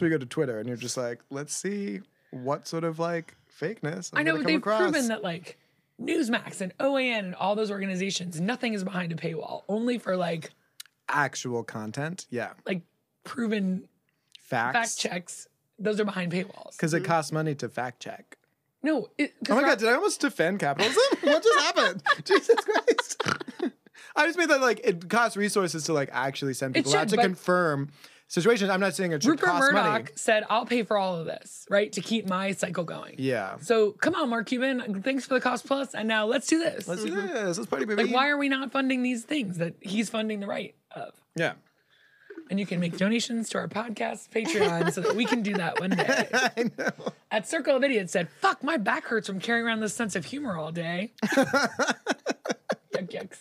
we go to Twitter and you're just like, let's see what sort of like fakeness I'm
I know,
gonna
but
come
they've
across.
proven that like Newsmax and OAN and all those organizations, nothing is behind a paywall, only for like
actual content. Yeah.
like proven fact Mm-hmm.
Facts.
checks. Those are behind paywalls.
Because it costs money to fact check.
No, it, 'cause
Oh my
they're-
god, did I almost defend capitalism? what just happened? Jesus Christ. I just mean that like it costs resources to like actually send
It
people out
should,
to
but-
confirm situations. I'm not saying it should
Rupert
cost
Murdoch
money.
said, "I'll pay for all of this, right, to keep my cycle going."
Yeah.
So come on, Mark Cuban, thanks for the cost plus, and now let's do this.
Let's do this. Let's party, baby.
Like, why are we not funding these things that he's funding the right of?
yeah.
And you can make donations to our podcast, Patreon, so that we can do that one day.
I know.
At Circle of Idiots said, fuck, my back hurts from carrying around this sense of humor all day. Yuck, yucks.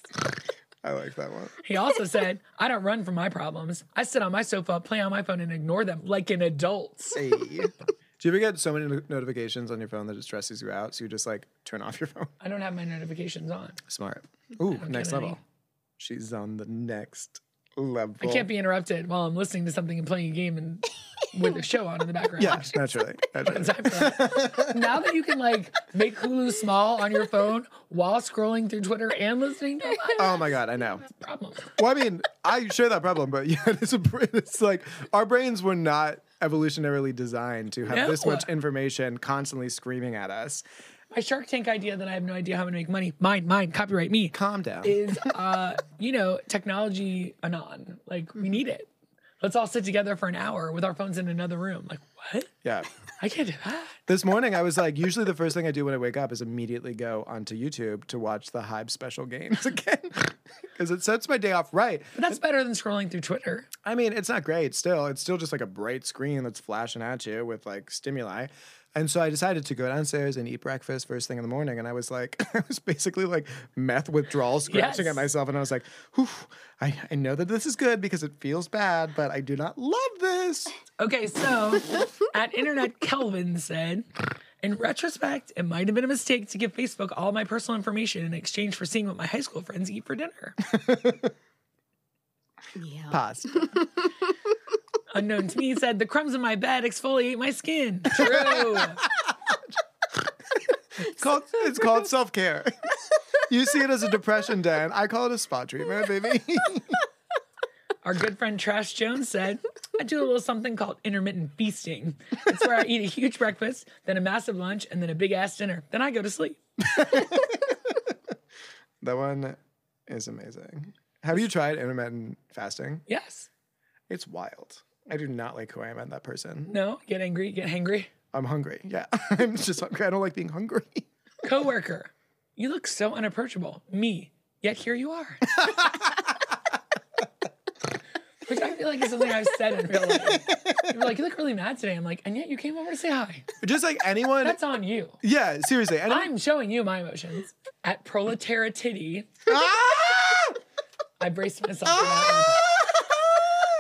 I like that one.
He also said, I don't run from my problems. I sit on my sofa, play on my phone, and ignore them like an adult.
Hey. Do you ever get so many no- notifications on your phone that it stresses you out? So you just like turn off your phone.
I don't have my notifications on.
Smart. Ooh, next
get any.
level. She's on the next level.
I can't be interrupted while I'm listening to something and playing a game and with a show on in the background.
Yeah, naturally. naturally.
Time for that. now that you can like make Hulu small on your phone while scrolling through Twitter and listening to a podcast,
Oh my god, I know.
problem.
Well, I mean, I share that problem, but yeah, it's, a, it's like our brains were not evolutionarily designed to have
No.
this much information constantly screaming at us.
My Shark Tank idea that I have no idea how I'm gonna make money. Mine, mine, copyright me.
Calm down.
is uh, you know technology anon like we need it let's all sit together for an hour with our phones in another room like what
yeah.
i can't do that
This morning, I was like, usually the first thing I do when I wake up is immediately go onto YouTube to watch the Hype special games again because it sets my day off right.
but that's better than scrolling through twitter
I mean, it's not great still. It's still just like a bright screen that's flashing at you with like stimuli. And so I decided to go downstairs and eat breakfast first thing in the morning. And I was like, I was basically like meth withdrawal scratching at
Yes.
myself. And I was like, Whew, I, I know that this is good because it feels bad, but I do not love this.
okay so at internet kelvin said in retrospect it might have been a mistake to give facebook all my personal information in exchange for seeing what my high school friends eat for dinner
Yeah.
Pause.
unknown to me said the crumbs in my bed exfoliate my skin true
It's called, it's called self care. You see it as a depression, Dan. I call it a spa treatment, baby.
Our good friend Trash Jones said, I do a little something called intermittent feasting. It's where I eat a huge breakfast, then a massive lunch, and then a big ass dinner. Then I go to sleep.
that one is amazing. Have you tried intermittent fasting?
Yes.
It's wild. I do not like who I am as that person.
No, get angry, get hangry.
I'm hungry. Yeah, I'm just hungry. I don't like being hungry.
Coworker, you look so unapproachable. Me, yet here you are. Which I feel like is something I've said in real life. People are like, you look really mad today. I'm like, and yet you came over to say hi.
Just like anyone.
That's on you.
yeah, seriously. Anyone,
I'm showing you my emotions. At Proletariat Titty,
Ah!
I braced myself for that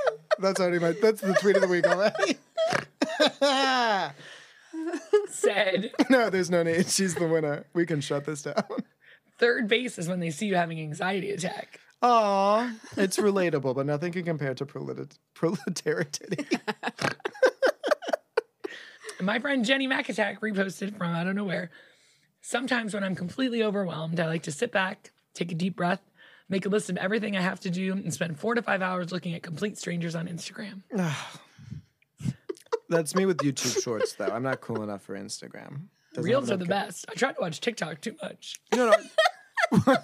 one.
That's already my. That's the tweet of the week already.
said
no, there's no need. She's the winner. We can shut this down.
third base is when they see you having anxiety attack.
Aw, it's relatable, but nothing can compare to prolet- proletariatity.
And my friend Jenny McAttack reposted from I don't know where. Sometimes when I'm completely overwhelmed, I like to sit back, take a deep breath, make a list of everything I have to do, and spend four to five hours looking at complete strangers on Instagram.
That's me with YouTube Shorts, though. I'm not cool enough for Instagram. Doesn't
Reels are
have
the
enough
best. I tried to watch TikTok too much.
co- No, no.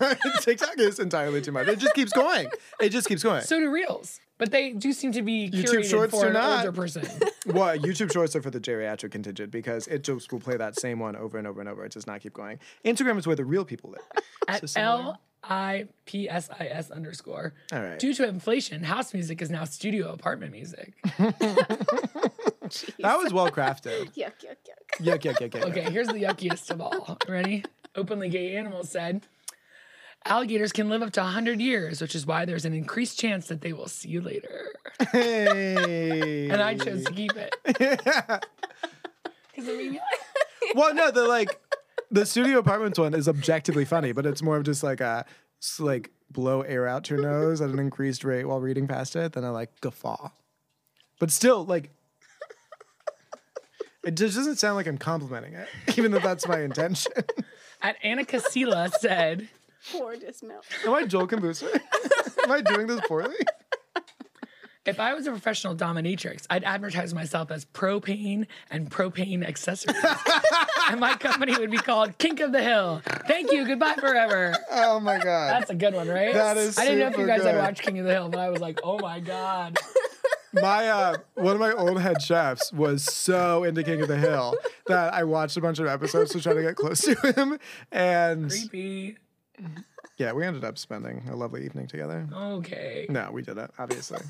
TikTok is entirely too much. It just keeps going. It just keeps going.
So do Reels, but they do seem to be
YouTube
curated
Shorts
for
do
an
not.
older person.
Well, YouTube Shorts are for the geriatric contingent because it just will play that same one over and over and over. It does not keep going. Instagram is where the real people live.
At
similar.
L I P S I S underscore.
All right.
Due to inflation, house music is now studio apartment music.
That was well crafted.
Yuck, yuck, yuck.
Yuck, yuck, yuck, yuck.
Okay, here's the yuckiest of all. Ready? Openly gay animals said alligators can live up to 100 years, which is why there's an increased chance that they will see you later.
yuck. Hey.
And I chose to keep it. Because I mean,
Well, no, the like the studio apartments one is objectively funny, but it's more of just like a s- like blow air out your nose at an increased rate while reading past it than a like guffaw. But still, like it just doesn't sound like I'm complimenting it, even though that's my intention.
at Annika Sela said,
Gorgeous milk.
Am I Joel Kambuser? Am I doing this poorly?
if I was a professional dominatrix, I'd advertise myself as propane and propane accessories. and my company would be called Kink of the Hill. Thank you. Goodbye forever.
Oh my god.
That's a good one, right?
That is
I didn't know if you
super
guys had
good.
watched King of the Hill, but I was like, oh my God.
My uh, one of my old head chefs was so into King of the Hill that I watched a bunch of episodes to try to get close to him. And
Creepy.
yeah, we ended up spending a lovely evening together.
Okay.
No, we did it, obviously.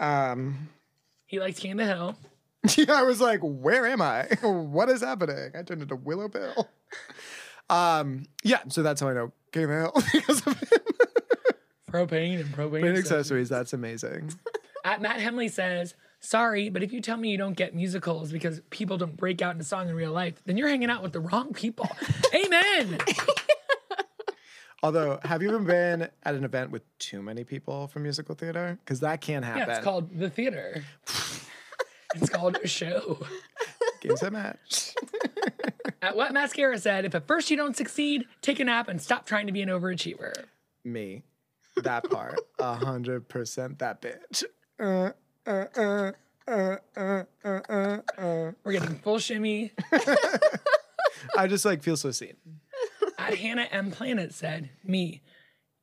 Um,
He likes King of the Hill.
yeah, I was like, where am I? What is happening? I turned into Willow Bill. Um, yeah, so that's how I know King of the Hill because of him.
Propane and propane
Main
accessories.
accessories, that's amazing.
At Matt Hemley says, Sorry, but if you tell me you don't get musicals because people don't break out in song in real life, then you're hanging out with the wrong people. Amen.
Although, have you ever been at an event with too many people from musical theater? Because that can happen.
Yeah, it's called the theater. It's called a show.
Games that match.
At what Mascara said, if at first you don't succeed, take a nap and stop trying to be an overachiever.
Me. That part. A hundred percent that bitch. Uh, uh, uh, uh, uh, uh, uh, uh.
We're getting full shimmy.
I just like feel so seen.
At Hannah M. Planet said, me.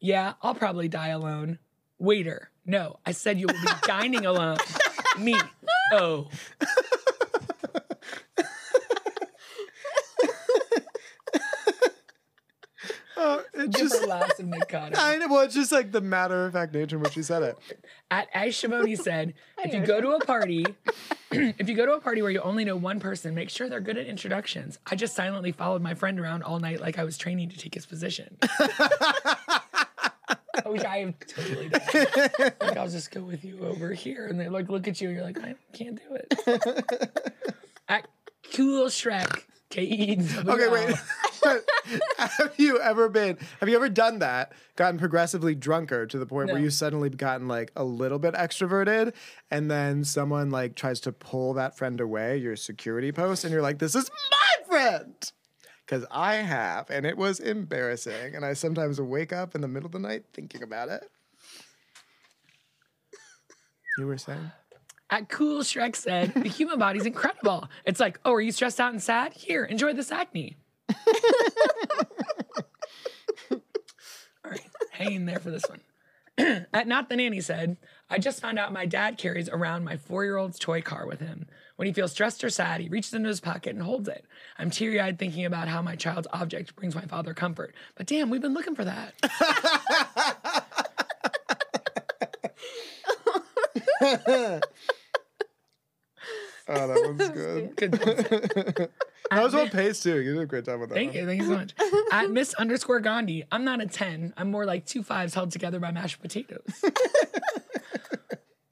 Yeah, I'll probably die alone. Waiter. No, I said you will be dining alone. Me. Oh.
Uh, it
Just
just
laughs and Nick Cotton.
I know well, it's just like the matter of fact nature in which you said it.
At As Shimoni said, if you go to a party, if you go to a party where you only know one person, make sure they're good at introductions. I just silently followed my friend around all night like I was training to take his position. Which I have totally done. Like I'll just go with you over here, and they like look at you, and you're like, I can't do it. At Cool Shrek, K E.
Okay, wait. have you ever been? Have you ever done that? Gotten progressively drunker to the point where
No.
you suddenly gotten like a little bit extroverted, and then someone like tries to pull that friend away, your security post, and you're like, "This is my friend." Because I have, and it was embarrassing. And I sometimes wake up in the middle of the night thinking about it. You were saying?
At Cool Shrek said, the human body's incredible. It's like, oh, are you stressed out and sad? Here, enjoy this acne. All right, hang in there for this one. At Not the Nanny said, I just found out my dad carries around my four year old's toy car with him. When he feels stressed or sad, he reaches into his pocket and holds it. I'm teary eyed thinking about how my child's object brings my father comfort. But damn, we've been looking for that.
Oh, that one's good.
Good.
That was well paced too. You did a great job with that.
Thank
one.
you. Thank you so much. At Miss underscore Gandhi, I'm not a 10. I'm more like two fives held together by mashed potatoes.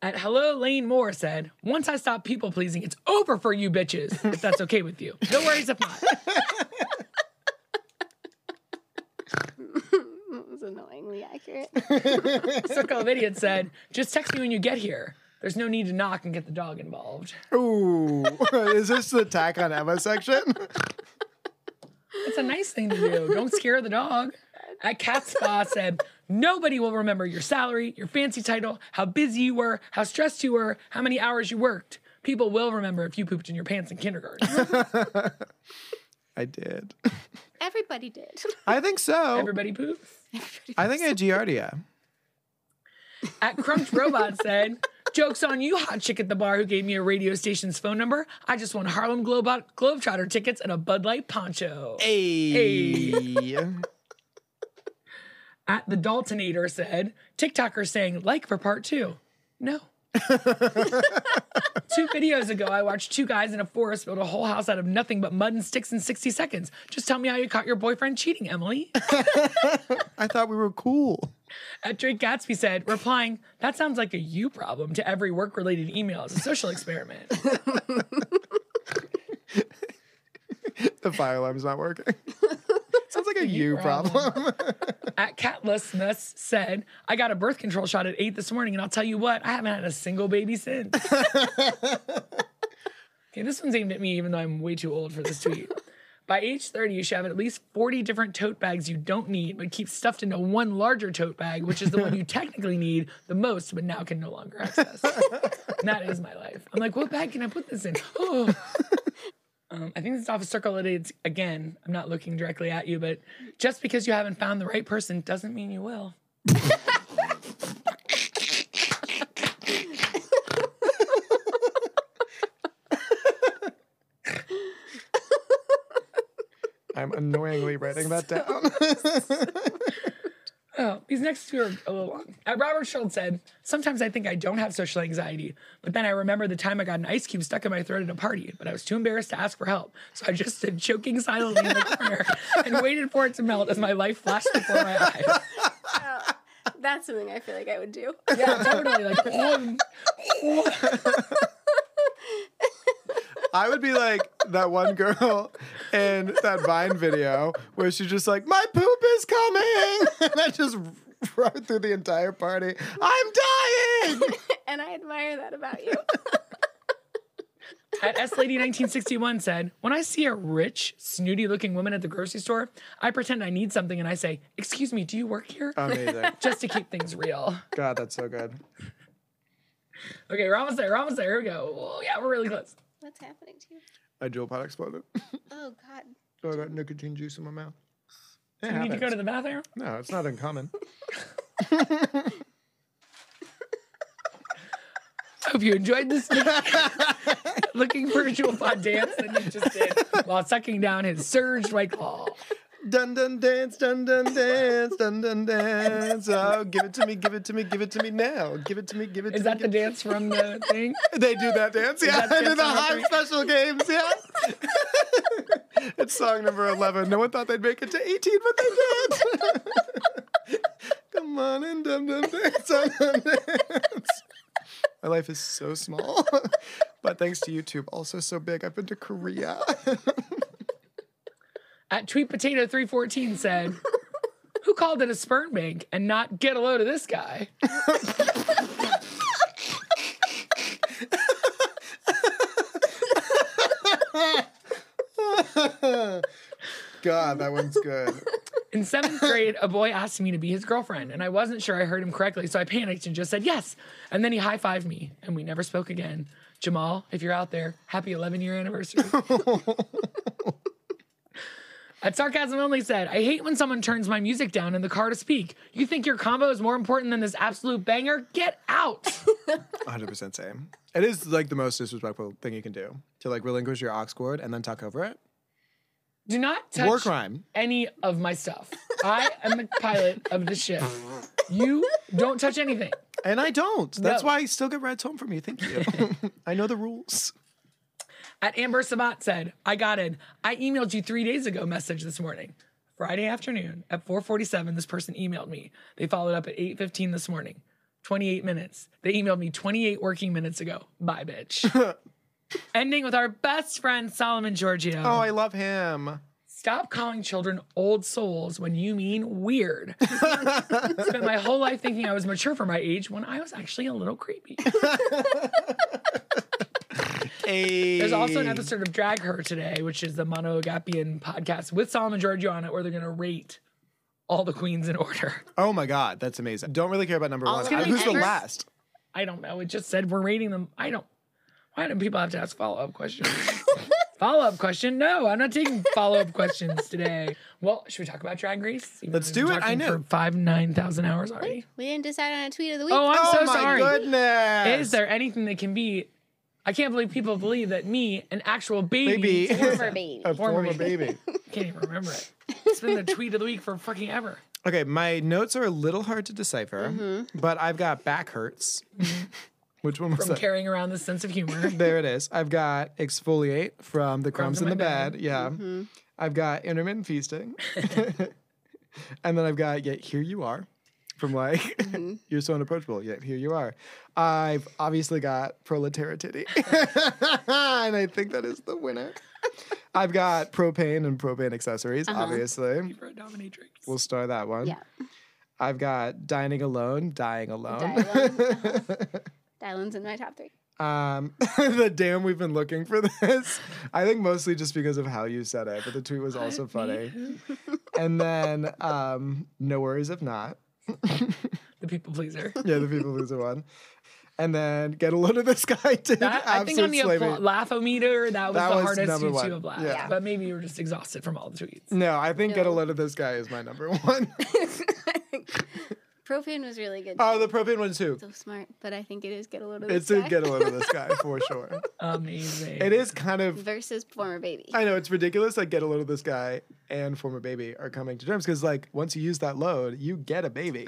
At Hello Lane Moore said, Once I stop people pleasing, it's over for you bitches, if that's okay with you. No worries if not.
That was annoyingly accurate.
Circle of Idiots said, Just text me when you get here. There's no need to knock and get the dog involved.
Ooh, is this the attack on Emma section?
It's a nice thing to do. Don't scare the dog. At Cat Spa said, Nobody will remember your salary, your fancy title, how busy you were, how stressed you were, how many hours you worked. People will remember if you pooped in your pants in kindergarten.
I did.
Everybody did.
I think so.
Everybody poops.
I think I had Giardia.
At Crunch Robot said, Joke's on you, hot chick at the bar who gave me a radio station's phone number. I just won Harlem Globe- Globetrotter tickets and a Bud Light poncho.
Hey.
At the Daltonator said, TikToker saying, like for part two. No. two videos ago, I watched two guys in a forest build a whole house out of nothing but mud and sticks in 60 seconds. Just tell me how you caught your boyfriend cheating, Emily.
I thought we were cool.
At Drake Gatsby said, replying, that sounds like a you problem to every work related email as a social experiment.
The fire alarm's not working. Sounds like a you problem.
At Catlessness said, I got a birth control shot at eight this morning, and I'll tell you what, I haven't had a single baby since. okay, this one's aimed at me, even though I'm way too old for this tweet. By age 30, you should have at least 40 different tote bags you don't need, but keep stuffed into one larger tote bag, which is the one you technically need the most, but now can no longer access. and that is my life. I'm like, what bag can I put this in? Oh. Um, I think this is off of Circle of Idiots again. I'm not looking directly at you, but just because you haven't found the right person doesn't mean you will.
I'm annoyingly writing that down.
Oh, these next two are a little long. Uh, Robert Schultz said, Sometimes I think I don't have social anxiety, but then I remember the time I got an ice cube stuck in my throat at a party, but I was too embarrassed to ask for help. So I just stood choking silently in the corner and waited for it to melt as my life flashed before my eyes.
That's something I feel like I would do.
Yeah, totally. Like, um,
I would be like that one girl in that Vine video where she's just like, "My poop is coming," and I just rode through the entire party. I'm dying.
And I admire that about you.
at S Lady 1961 said, When I see a rich, snooty looking woman at the grocery store, I pretend I need something and I say, Excuse me, do you work here?
Amazing.
Just to keep things real.
God, that's so good.
Okay, we're almost there. We're almost there. Here we go. Oh, yeah, we're really close.
What's happening to you?
My jewel pot exploded.
Oh God.
so I got nicotine juice in my mouth. It
You need to go
happens.
to the bathroom?
No, it's not uncommon.
I hope you enjoyed this looking for a jewel pod dance that you just did while sucking down his surged white claw.
dun dun dance, dun dun dance, dun dun dance. Oh, give it to me, give it to me, give it to me now. Give it to me, give it to
Is
me.
that the
give-
dance from the thing?
They do that dance, yeah.
that
They do
dance
the
on
high
repeat?
special games, yeah. it's song number 11. No one thought they'd make it to 18, but they did. Come on and dum dum dance, dum dum dance. My life is so small, but thanks to YouTube, also so big. I've been to Korea.
At Tweet Potato 314 said, Who called it a sperm bank and not get a load of this guy?
God, that one's good.
In seventh grade, a boy asked me to be his girlfriend, and I wasn't sure I heard him correctly, so I panicked and just said yes. And then he high fived me, and we never spoke again. Jamal, if you're out there, happy 11 year anniversary. At Sarcasm Only said, I hate when someone turns my music down in the car to speak. You think your combo is more important than this absolute banger? Get out!
100% same. It is like the most disrespectful thing you can do to like relinquish your aux cord and then talk over it.
Do not touch
War crime.
any of my stuff. I am the pilot of the ship. You don't touch anything.
And I don't. That's
No.
why I still get rides home from you. Thank you. I know the rules.
At Amber Sabat said, I got in. I emailed you three days ago message this morning. Friday afternoon at 447, this person emailed me. They followed up at 815 this morning. 28 minutes. They emailed me 28 working minutes ago. Bye, bitch. Ending with our best friend Solomon Giorgio.
Oh, I love him.
Stop calling children old souls when you mean weird. Spent my whole life thinking I was mature for my age when I was actually a little creepy.
Hey.
There's also an episode of Drag Her today, which is the Monogapian podcast with Solomon Giorgio on it, where they're going to rate all the queens in order.
Oh my God, that's amazing. Don't really care about number
All
one.
of them
Who's the
ever?
last?
I don't know. It just said we're rating them. I don't. Why do people have to ask follow up questions? follow up question? No, I'm not taking follow up questions today. Well, should we talk about Drag Race? Even
Let's
though we've
do
been
it. I
talking
know.
For five nine thousand hours already.
We didn't decide on a tweet of the week.
Oh, I'm
oh
so
my
sorry.
goodness.
Is there anything that can be? I can't believe people believe that me, an actual baby,
Baby.
Former baby.
a former,
former
baby?
can't even remember it. It's been the tweet of the week for fucking ever.
okay, my notes are a little hard to decipher, but I've got back hurts. Which one was
Mm-hmm. from
that?
carrying around this sense of humor.
There it is. I've got exfoliate from the crumbs, in
in
the
my
bed. Yeah. I've got intermittent feasting. and then I've got yet here you are from like you're so unapproachable yet here you are. I've obviously got proletariatity. and I think that is the winner. I've got propane and propane accessories, obviously.
For a dominatrix.
We'll star that one.
Yeah.
I've got dining alone, dying alone.
Die alone. Dylan's in my top three.
Um, the damn we've been looking for this. I think mostly just because of how you said it, but the tweet was also funny. and then um, no worries if not.
the people pleaser.
Yeah, the people loser one. And then get a load of this guy too.
That, I think on the
Absolute
appla-
slaving.
laughometer, that was
That
the
was
hardest
number
you
one.
two have laughed.
Yeah.
But maybe you were just exhausted from all the tweets.
No, I think get a load of this guy is my number one.
Propane was really good.
oh, the propane one too.
so smart, but I think it is get a load of this
It's a
guy
get a load of this guy for sure.
Amazing.
It is kind of
versus former baby.
I know it's ridiculous. Like, get a load of this guy and former baby are coming to terms because, like, once you use that load, you get a baby.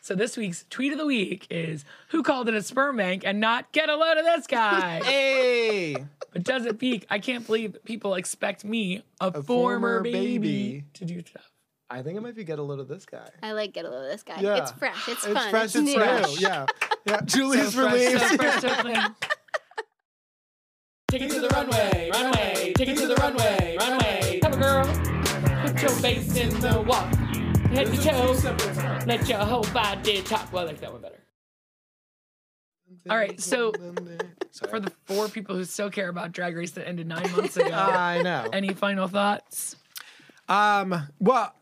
So this week's tweet of the week is who called it a sperm bank and not get a load of this guy?
Hey,
but does it peak? I can't believe people expect me, a, former,
former
baby,
baby.
to do stuff.
I think it might be get a load of this guy.
I like get a load of this guy.
Yeah.
It's fresh. It's,
It's
fun.
fresh.
it's
It's,
new.
new. Yeah, yeah. Julie's relieved.
Fresh, so fresh, so clean. Take it to the runway, runway. Take it to the runway, runway. Come on, girl. Put your face in the water. Head to toe. Let your whole body talk. Well, I like that one better. All right, so for the four people who still care about Drag Race that ended nine months ago,
I know.
any final thoughts?
Um, well,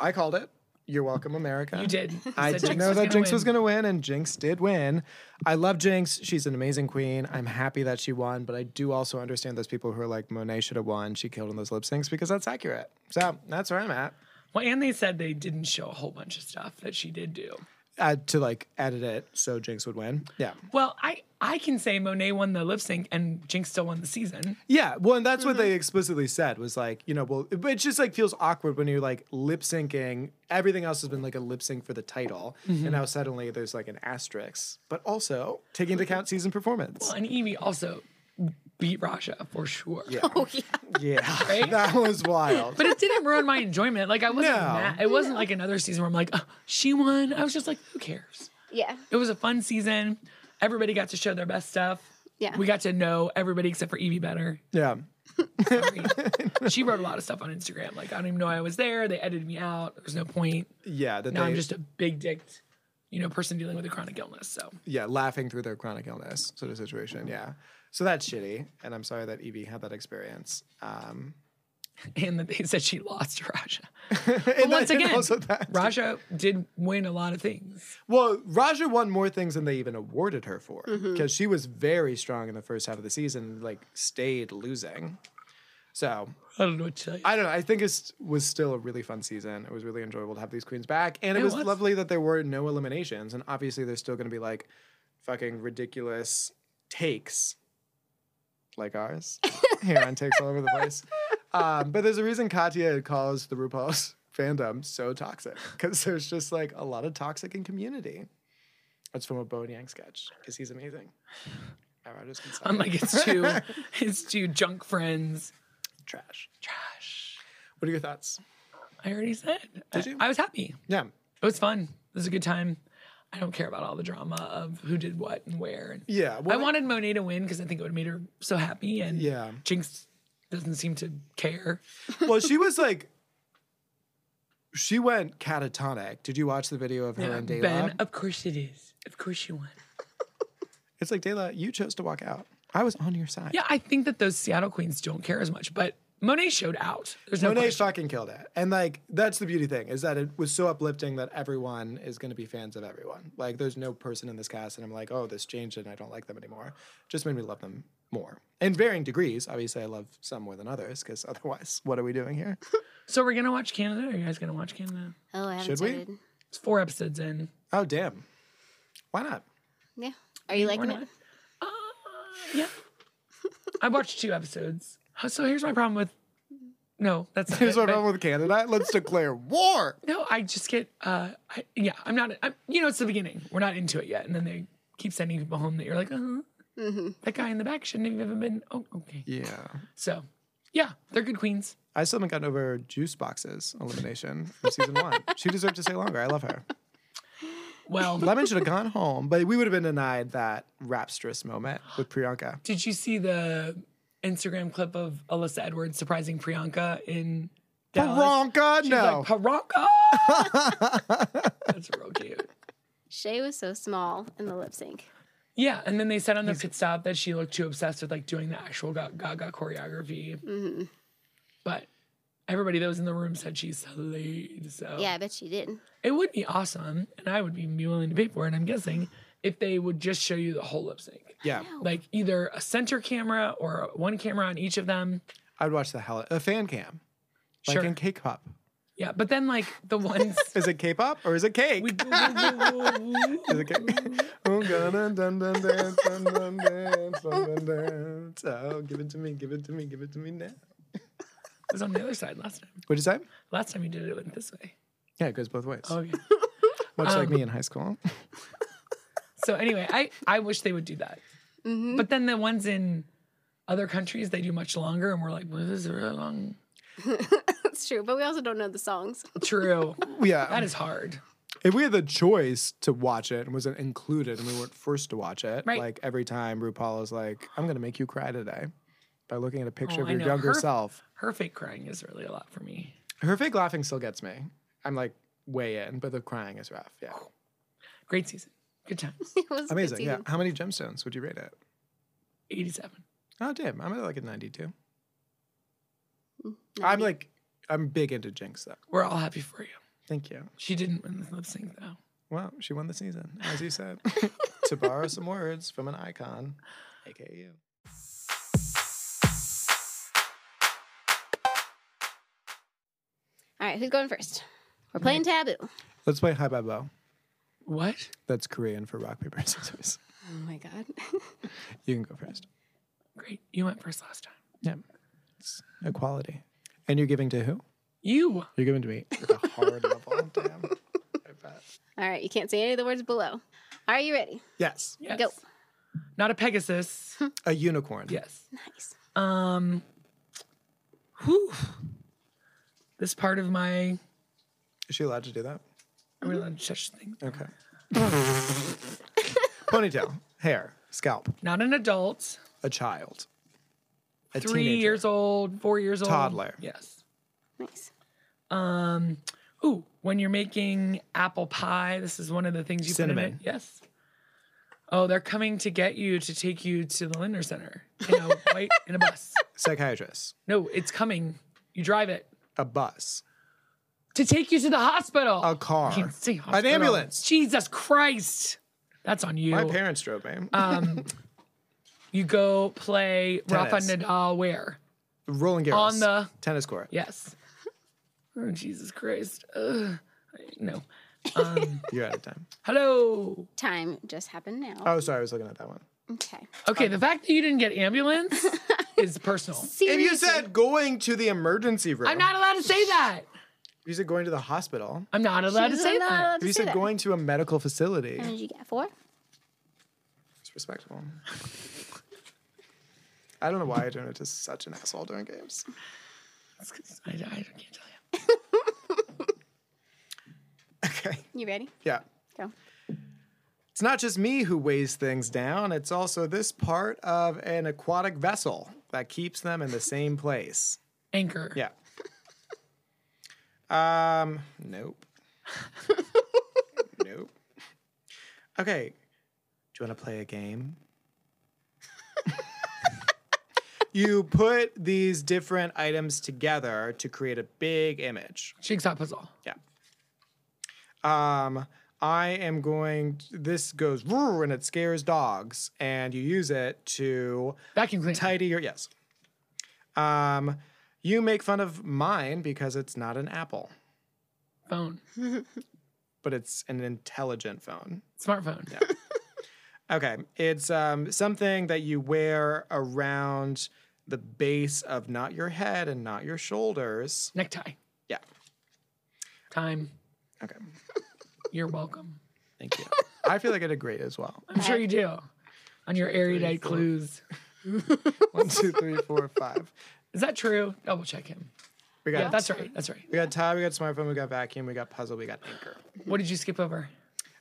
I called it. You're welcome, America.
You did. You
I
said
did
Jinx
know that Jinx was
win.
going to win, and Jinx did win. I love Jinx. She's an amazing queen. I'm happy that she won, but I do also understand those people who are like, Monet should have won. She killed in those lip syncs because that's accurate. So that's where I'm at.
Well, and they said they didn't show a whole bunch of stuff that she did do.
Uh, to like edit it so Jinx would win. Yeah.
Well, I I can say Monet won the lip sync and Jinx still won the season.
Yeah. Well, and that's
Mm-hmm.
what they explicitly said was like, you know, well, but it just like feels awkward when you're like lip syncing. Everything else has been like a lip sync for the title.
Mm-hmm.
And now suddenly there's like an asterisk, but also taking into account season performance.
And Evie also beat Rasha for sure.
Yeah. Yeah. That was wild.
Oh, But it didn't ruin my enjoyment. Like I wasn't
No.
mad. It wasn't like another season where I'm like, oh, she won. I was just like, who cares?
Yeah.
It was a fun season. Everybody got to show their best stuff.
Yeah.
We got to know everybody except for Evie better.
yeah.
Sorry. she wrote a lot of stuff on Instagram. Like I don't even know I was there. They edited me out. There's no point.
Yeah. That
Now
they,
I'm just a big dicked, you know, person dealing with a chronic illness. So
yeah, laughing through their chronic illness sort of situation. Yeah. So that's shitty. And I'm sorry that Evie had that experience. Um,
and that they said she lost to Raja.
and
once
then- and
again,
also that-
Raja did win a lot of things.
Well, Raja won more things than they even awarded her for because she was very strong in the first half of the season, like stayed losing. So
I don't know what to tell you.
I don't know. I think it was still a really fun season. It was really enjoyable to have these queens back, and it,
It
was,
was.
lovely that there were no eliminations. And obviously, there's still going to be like fucking ridiculous takes, like ours here on takes all over the place. Um, but there's a reason Katya calls the RuPaul's fandom so toxic because there's just like a lot of toxic in community. That's from a Bo and Yang sketch because he's amazing. Our artist can suck.
I'm like it's two, it's two junk friends.
trash.
Trash.
What are your thoughts?
I already said.
Did
I-
you?
I was happy.
Yeah.
It was fun. It was a good time. I don't care about all the drama of who did what and where. And
Yeah.
I
well,
wanted Monet to win because I think it would have made her so happy. And
Yeah.
Jinx doesn't seem to care.
well, she was like, she went catatonic. Did you watch the video of her
Yeah,
and Dayla?
ben, uh of course it is. Of course she won.
It's like Dayla, you chose to walk out. I was on your side.
Yeah, I think that those Seattle queens don't care as much, but Monet showed out. There's no
Monet
question.
fucking killed it. And like, that's the beauty thing is that it was so uplifting that everyone is going to be fans of everyone. Like, there's no person in this cast, and I'm like, oh, this changed and I don't like them anymore. Just made me love them more in varying degrees. Obviously, I love some more than others because otherwise, what are we doing here?
So we're gonna watch Canada. Are you guys gonna watch Canada?
Oh, I haven't
Should we?
started.
It's four episodes in.
Oh, damn. Why not?
Yeah. Are you liking
not. Uh,
it?
Yeah. I watched two episodes. So here's my problem with. No, that's not
Here's
it,
what
but-
I'm with Canada. Let's declare war.
No, I just get. Uh, I, yeah, I'm not. I'm, you know, it's the beginning. We're not into it yet, and then they keep sending people home that you're like, uh huh.
Mm-hmm.
That guy in the back shouldn't have even been. Oh, okay.
Yeah.
So, yeah, they're good queens.
I still haven't gotten over Juice Box's elimination from season one. She deserved to stay longer. I love her.
Well,
Lemon should have gone home, but we would have been denied that rapstress moment with Priyanka.
Did you see the Instagram clip of Alyssa Edwards surprising Priyanka in Dallas?
Priyanka,
She's
no.
like, Priyanka! That's real cute.
Shay was so small in the lip sync.
Yeah, and then they said on the pit stop that she looked too obsessed with like doing the actual Ga- Gaga choreography. But everybody that was in the room said she slayed. So
Yeah, I bet she did.
it would be awesome, and I would be willing to pay for it. I'm guessing if they would just show you the whole lip sync,
yeah,
Oh.
like either a center camera or one camera on each of them.
I'd watch the hell a fan cam, like
Sure.
in K-pop.
Yeah, but then like the ones
Is it K-pop or is it cake?
we do, we
is it cake? I'm gonna dun dun dance, dun dun dance, dun dun dance. Oh, give it to me, give it to me, give it to me now.
was on the other side last time.
What'd you say?
Last time you did it, it went this way.
Oh, Yeah, it goes both ways.
Okay.
Much
um,
like me in high school.
So anyway, I I wish they would do that.
Mm-hmm.
But then the ones in other countries they do much longer, and we're like, well, this is really long.
That's true, but we also don't know the songs.
True,
Yeah,
that is hard.
if we had the choice to watch it and wasn't included and we weren't forced to watch it,
Right.
like every time RuPaul is like, I'm gonna make you cry today by looking at a picture
Oh,
of
I
your
know.
younger
Her-
self.
Her fake crying is really a lot for me.
Her fake laughing still gets me. I'm like way in, but the crying is rough. Yeah.
Great season. Good times.
it was a good
Amazing. Yeah.
season.
How many gemstones would you rate it?
87.
Oh, damn. I'm at like a 92.
No,
I'm like, I'm big into Jinx, though.
We're all happy for you.
Thank you.
She didn't win the lip sync though.
Well, she won the season, as you said. to borrow some words from an icon, aka you.
All right, who's going first? We're playing
Mm-hmm.
Taboo.
Let's play Hi Bye Bo.
What?
That's Korean for rock, paper, scissors.
Oh my god.
You can go first.
Great. You went first last time.
Yeah. It's equality. And you're giving to who?
You.
You're giving to me. At a hard level. Damn. I bet.
All right, you can't say any of the words below. Are you ready?
Yes.
Yes.
Go.
Not a Pegasus.
A unicorn.
yes.
Nice.
Um. Whew. This part of my.
Is she allowed to do that?
Are we allowed to touch things?
Okay. Ponytail, hair, scalp,
Not an adult.
a child. A
three years old, four years old.
Toddler.
Yes.
Nice.
Um. Ooh, when you're making apple pie, this is one of the things you put in
Cinnamon.
it. Yes. Oh, they're coming to get you to take you to the Linder Center in a white in a bus.
Psychiatrist,
No, it's coming. You drive it
a bus,
to take you to the hospital.
a car,
I can't say
an
hospital.
ambulance.
Jesus Christ, that's on you.
My parents drove me.
um, you go play Rafa
Tennis.
Nadal where?
Roland Garros.
On the
tennis court.
yes. Oh Jesus Christ. Ugh. No. Um,
You're out of time.
hello.
Time just happened now.
Oh, sorry. I was looking at that one.
Okay.
Okay, the fact that you didn't get ambulance is personal.
If you
Seriously.
said going to the emergency room,
I'm not allowed to say that.
If you said going to the hospital,
I'm not
She
allowed to
was
say
not
that. Mm.
allowed
if
to
you
say
said
that.
going to a medical facility,
What did you get? Four?
it's respectable. I don't know why I turn into such an asshole during games.
That's 'cause I, I can't tell you.
Okay.
You ready?
Yeah.
Go.
It's not just me who weighs things down, it's also this part of an aquatic vessel that keeps them in the same place.
Anchor.
Yeah. Um, nope. nope. Okay. Do you want to play a game? you put these different items together to create a big image.
Jigsaw puzzle.
Yeah. Um, I am going. This goes "Roar," and it scares dogs, and you use it to
Vacuum cleaner.
tidy your yes. Um, you make fun of mine because it's not an apple,
phone.
but it's an intelligent phone.
Smartphone.
Okay, it's um, something that you wear around the base of not your head and not your shoulders.
Necktie.
Yeah.
Time.
Okay.
You're welcome.
Thank you. I feel like I did great as well.
I'm sure you do. On your erudite clues.
One, two, three, four, five.
Is that true? Double check him.
We got
Yeah, that's right. That's right.
We got tie, we got smartphone, we got vacuum, we got puzzle, we got anchor.
What did you skip over?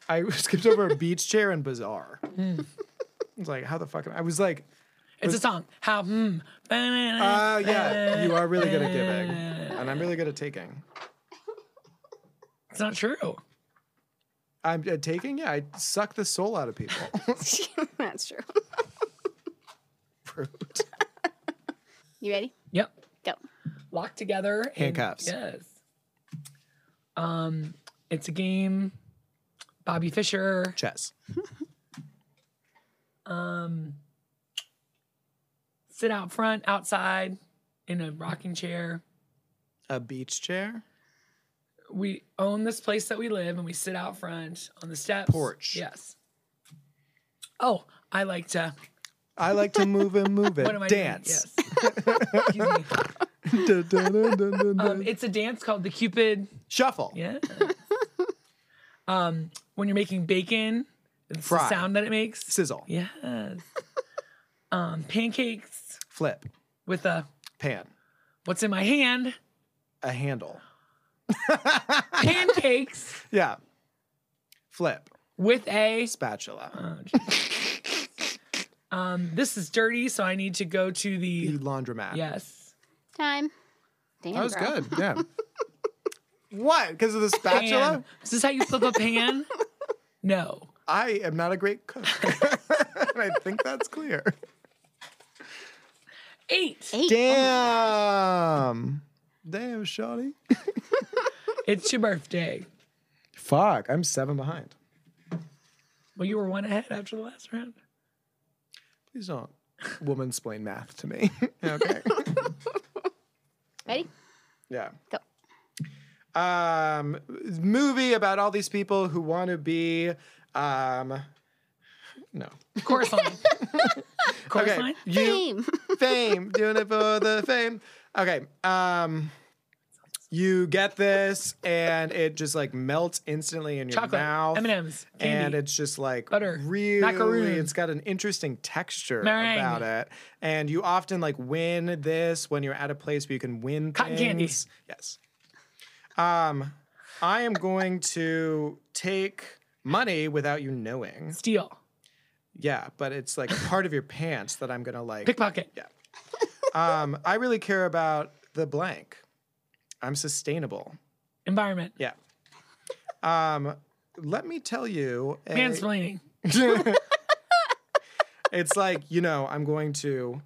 I skipped over a beach chair and bazaar. I
Hmm.
was like, how the fuck? Am I? I was like,
It's a song. How? Hmm.
oh yeah, you are really good at giving, and I'm really good at taking.
It's not true.
I'm uh, taking. Yeah, I suck the soul out of people.
That's true.
Rude.
You ready?
Yep.
Go.
Locked together. and-
Handcuffs.
Yes. Um, it's a game. Bobby Fischer.
Chess.
Um, sit out front, outside, in a rocking chair.
A beach chair.
we own this place that we live and we sit out front on the steps.
Porch.
Yes. Oh, I like to.
I like to move and move it.
What am I
Dance.
doing? Yes. Excuse me.
Dun, dun, dun, dun, dun,
Um,
dun.
it's a dance called the Cupid.
Shuffle.
Yeah. um, when you're making bacon, it's
Fry.
the sound that it makes.
Sizzle.
Yes. um, pancakes
Flip.
with a
Pan.
what's in my hand?
A handle.
Pancakes
Yeah. Flip.
with a.
Spatula.
Oh, geez. um, this is dirty, so I need to go to
The
the.
laundromat.
Yes.
Time. Damn.
That was
girl.
good. Yeah. what? Because of the spatula?
Pan. Is this how you flip a pan? no.
I am not a great cook. and I think that's clear.
Eight.
Eight.
Damn. Damn, Shawty.
It's your birthday.
Fuck, I'm seven behind.
Well, you were one ahead after the last round.
Please don't woman splain math to me. okay.
Ready?
Yeah.
Go.
Um, movie about all these people who want to be. Um, no.
Chorus line. Chorus
Okay.
line.
You
Fame.
fame, doing it for the fame. Okay. Um, you get this, and it just like melts instantly in your
Chocolate.
mouth.
M and M's.
and it's just like
Butter.
really
Macaroon.
it's got an interesting texture
Meringue.
about it and you often like win this when you're at a place where you can win
Cotton
things
candy.
yes um i am going to take money without you knowing
Steal.
yeah but it's like a part of your pants that i'm gonna like
Pickpocket.
um i really care about the blank i'm sustainable
Environment.
yeah um let me tell you a-
Mansplaining.
it's like you know i'm going to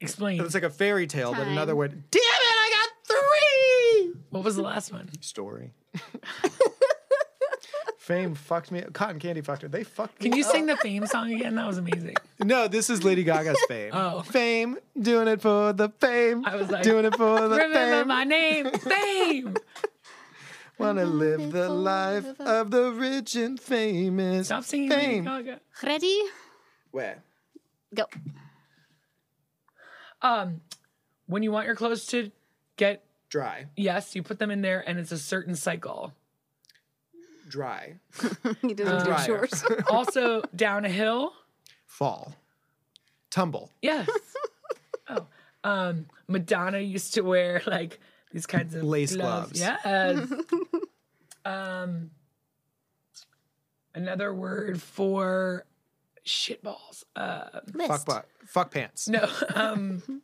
Explain.
it's like a fairy tale but
Time.
another word damn it i got three
What was the last one?
story fame fucked me cotton candy fucked her they fucked me
Can you sing the fame song again? That was amazing.
no this is lady gaga's fame
Oh.
fame doing it for the fame
I was like,
doing it for the
Remember
fame
my name, fame.
wanna live the life of the rich and famous
Stop singing Oh, Lady
fame
Gaga.
Ready?
where
Go.
Um, when you want your clothes to get
dry
yes, you put them in there, and it's a certain cycle.
dry
He doesn't do
Dryer.
shorts.
Also, down a hill.
fall tumble
Yes. oh, um, Madonna used to wear like these kinds of
Lace gloves.
Yes. um, another word for shitballs. Uh,
List.
fuck butt fuck pants
no. Um,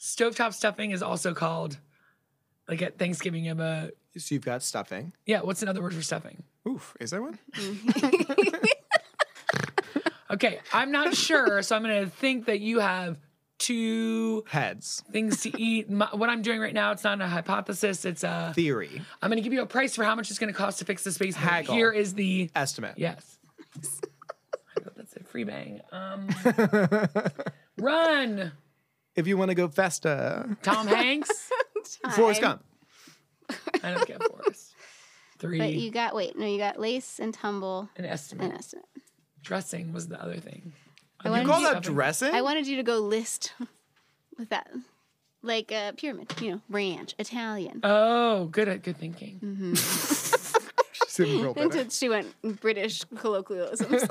stovetop stuffing is also called, like at Thanksgiving, you have a
So you've got stuffing.
yeah. What's another word for stuffing?
Oof, is there one?
Okay, I'm not sure, so I'm gonna think that you have two
Heads.
things to eat. My, what I'm doing right now, it's not a hypothesis. It's a.
Theory.
I'm gonna give you a price for how much it's gonna cost to fix the space. but
Haggle.
Here is the
Estimate.
yes. I thought That's a free bang. Um, run,
If you want to go Festa.
Tom Hanks.
Forrest Gump.
I don't get Forrest. Three.
But you got wait, no, you got lace and tumble
an estimate.
and estimate.
Dressing was the other thing.
I wanted,
You call
you,
that dressing?
I wanted you to go list with that, like a pyramid. You know, ranch, Italian.
Oh, good, good
Mm.
thinking.
She's even real bitter.
Until she went British colloquialisms.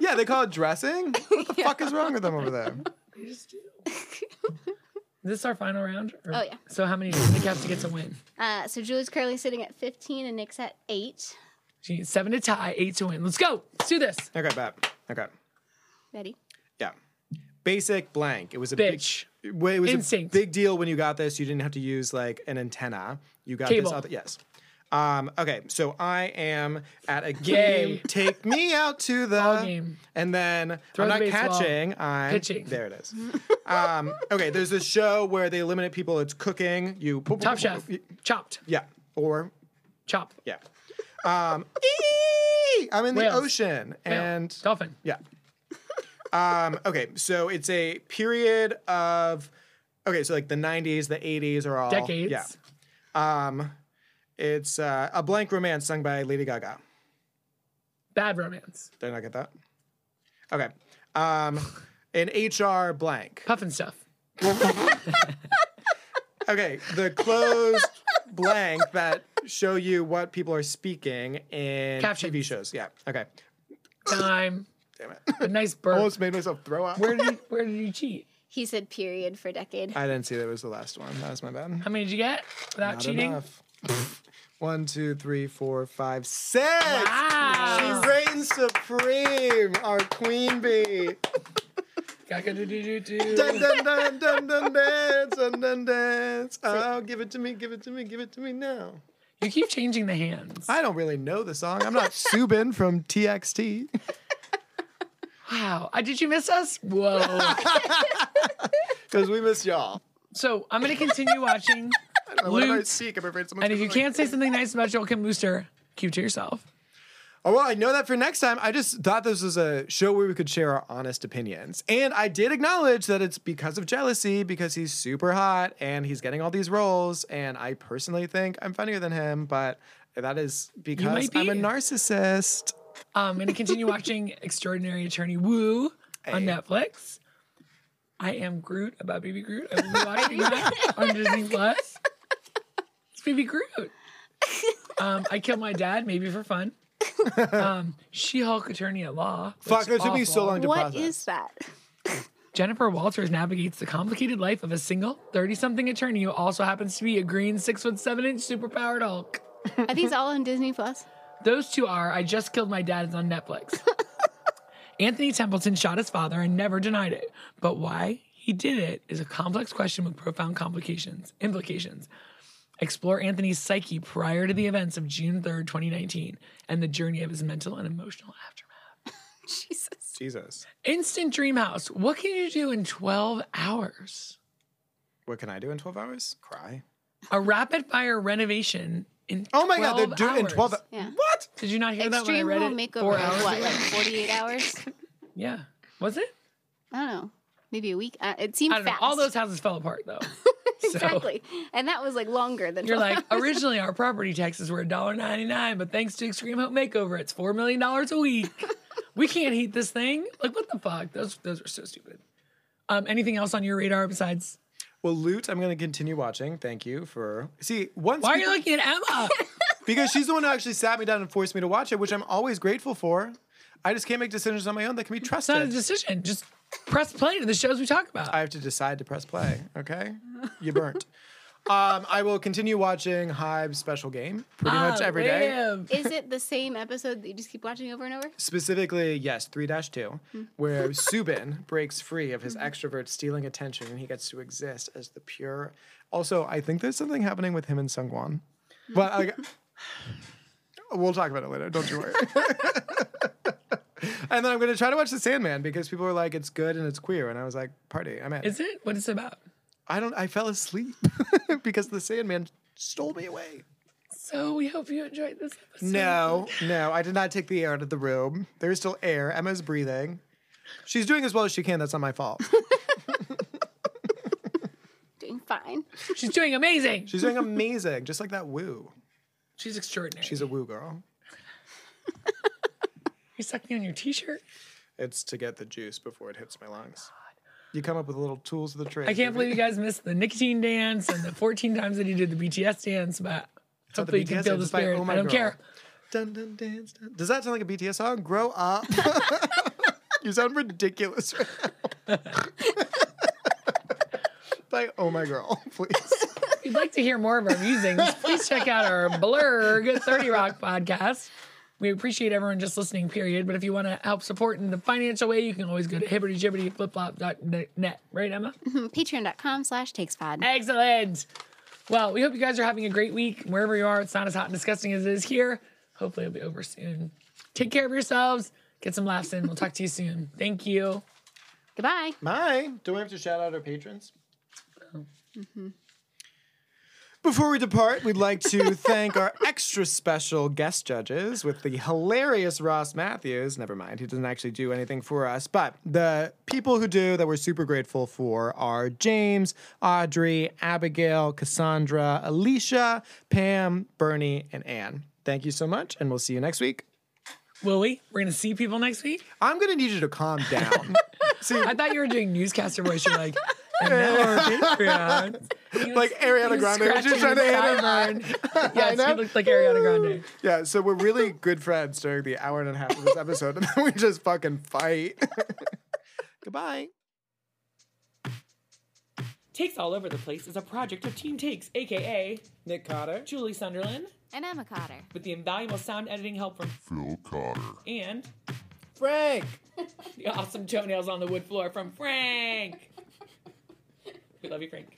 yeah, they call it dressing? What the fuck is wrong with them over there?
They just do. Is this our final round? Or-
Oh, yeah.
So how many do you think you have to get to win?
uh, so Julie's currently sitting at 15 and Nick's at eight.
She needs seven to tie, eight to win. Let's go. Let's do this.
Okay, bet. Okay.
Ready?
Yeah. Basic blank. It was a
Bitch.
big well, it was
Instinct.
a big deal when you got this. You didn't have to use like an antenna. You got
Cable.
this other yes. Um, okay, so I am at a
Yay.
game. Take me out to the
Ball game.
And then
Throw
I'm
the
not
baseball.
catching. I'm
Pitching.
There it is. um, okay, there's this show where they eliminate people. It's cooking. You
Top Chef. Chopped.
Yeah. Or
Chop.
yeah. Um, ee! I'm in
Whales.
the ocean
Whale.
and
dolphin.
yeah. Um, okay, so it's a period of okay, so like the 90s, the 80s are all
Decades.
Yeah. Um, it's uh, a blank romance sung by Lady Gaga.
Bad romance.
Did I not get that? Okay. Um, an HR blank.
Puffin stuff.
Okay, the closed blank that show you what people are speaking in TV
Captions.
shows. Yeah. Okay.
Time.
Damn it.
A nice burp.
made myself throw up.
Where did you, where did you cheat?
He said period for decade.
I didn't see that was the last one. That was my bad.
How many did you get without
Not
cheating?
enough. One, two, three, four, five, six.
Wow.
She reigns supreme, our queen bee. Dun
Gaga-do-do-do-do.
dun dun dun dun dance, dun dun dance. Oh, give it to me, give it to me, give it to me now.
You keep changing the hands.
I don't really know the song. I'm not Subin from TXT.
Wow. Uh, Did you miss us? Whoa.
Because we miss y'all.
so I'm going to continue watching.
I don't know, what did I
Luke.
seek? I'm afraid someone's
And if
gonna
you
like-
can't say something nice about Joel Kim Booster, keep to yourself.
Oh, well, I know that for next time. I just thought this was a show where we could share our honest opinions. And I did acknowledge that it's because of jealousy, because he's super hot and he's getting all these roles. And I personally think I'm funnier than him, but that is because
might
I'm a
be.
narcissist.
I'm going to continue watching Extraordinary Attorney Woo on
Hey.
Netflix. I am Groot about BB Groot. I will be watching that on Disney Plus. It's BB Groot. Um, I killed my dad, maybe for fun. Um, she Hulk Attorney at Law. which
Fuck,
is
that took me so
awful.
long to
What
process.
is that?
Jennifer Walters navigates the complicated life of a single 30 something attorney who also happens to be a green 6 foot 7 inch superpowered Hulk.
Are these all on Disney Plus?
Those two are I Just Killed My Dad is on Netflix. Anthony Templeton shot his father and never denied it. But why he did it is a complex question with profound complications, implications. Explore Anthony's psyche prior to the events of June 3rd, 2019, and the journey of his mental and emotional aftermath.
Jesus.
Jesus.
Instant Dream House. What can you do in 12 hours?
What can I do in 12 hours? Cry.
A rapid fire renovation in
Oh my God, they're
12
doing in
hours.
12
Yeah.
What?
Did you not hear that when I
Extreme
read
home
it?
makeover.
Four
is
hours
What,
ago?
like 48 hours?
Yeah. Was it?
I don't know. Maybe a week. Uh, it seemed
I don't know.
fast.
All those houses fell apart though. So
exactly. And that was like longer than
you're
12
like, originally our property taxes were $1.99, but thanks to Extreme Home Makeover, it's $4 million a week. we can't heat this thing. Like, what the fuck? Those those are so stupid. Um, anything else on your radar besides?
Well, Loot, I'm going to continue watching. Thank you for. See, once.
Why are you looking at Emma?
because she's the one who actually sat me down and forced me to watch it, which I'm always grateful for. I just can't make decisions on my own that can be
It's not a
trusted.
decision. Just press play to the shows we talk about.
I have to decide to press play. Okay, you burnt. um, I will continue watching Hive Special Game pretty much
Ah,
every day.
live.
Is it the same episode that you just keep watching over and over?
Specifically, yes, 3 2, where Subin breaks free of his extrovert stealing attention and he gets to exist as the pure. Also, I think there's something happening with him and Sungwon. But like, we'll talk about it later. Don't you worry. and then I'm going to try to watch The Sandman because people were like, it's good and it's queer. And I was like, party, I'm in.
Is it? What is it about?
I don't, I fell asleep because The Sandman stole me away.
So we hope you enjoyed this episode.
No, no, I did not take the air out of the room. There is still air. Emma's breathing. She's doing as well as she can. That's not my fault.
Doing fine.
She's doing amazing.
She's doing amazing, just like that woo.
She's extraordinary.
She's a woo girl.
You're sucking on your t-shirt.
It's to get the juice before it hits my lungs. You come up with little tools of the trade.
I can't believe you guys missed the nicotine dance and the 14 times that he did the BTS dance, but
not the
hopefully you can
BTS
feel
dance,
the
it's by
spirit.
Oh My
I don't
Girl.
care.
Dun, dun, dance, dun. Does that sound like a BTS song? Grow up. you sound ridiculous right now. By Oh My Girl, please.
If you'd like to hear more of our musings, please check out our Blurg 30 Rock podcast. We appreciate everyone just listening, period. But if you want to help support in the financial way, you can always go to hibbertyjibbertyflipflop.net. Right, Emma?
Patreon.com slash takespod.
Excellent. Well, we hope you guys are having a great week. Wherever you are, it's not as hot and disgusting as it is here. Hopefully, it'll be over soon. Take care of yourselves. Get some laughs in. We'll talk to you soon. Thank you.
Goodbye.
My, do we have to shout out our patrons? Before we depart, we'd like to thank our extra special guest judges with the hilarious Ross Matthews. Never mind, he doesn't actually do anything for us. But the people who do that we're super grateful for are James, Audrey, Abigail, Cassandra, Alicia, Pam, Bernie, and Anne. Thank you so much, and we'll see you next week.
Will we? We're going to see people next week.
I'm going to need you to calm down. See,
I thought you were doing newscaster voice. You're like, and now our Patreon. He was-
Like Ariana
he was
Grande, when she was
scratching
trying to
his
hit
sideburn.
I
Yes,
know.
he looked like Ariana Grande.
Yeah, so we're really good friends during the hour and a half of this episode, and then we just fucking fight. Goodbye.
Takes All Over the Place is a project of Team Takes, aka
Nick Cotter.
Julie Sunderland,
And I'm a cotter.
with the invaluable sound editing help from
Phil Cotter.
and
Frank.
the awesome toenails on the wood floor from Frank. We love you, Frank.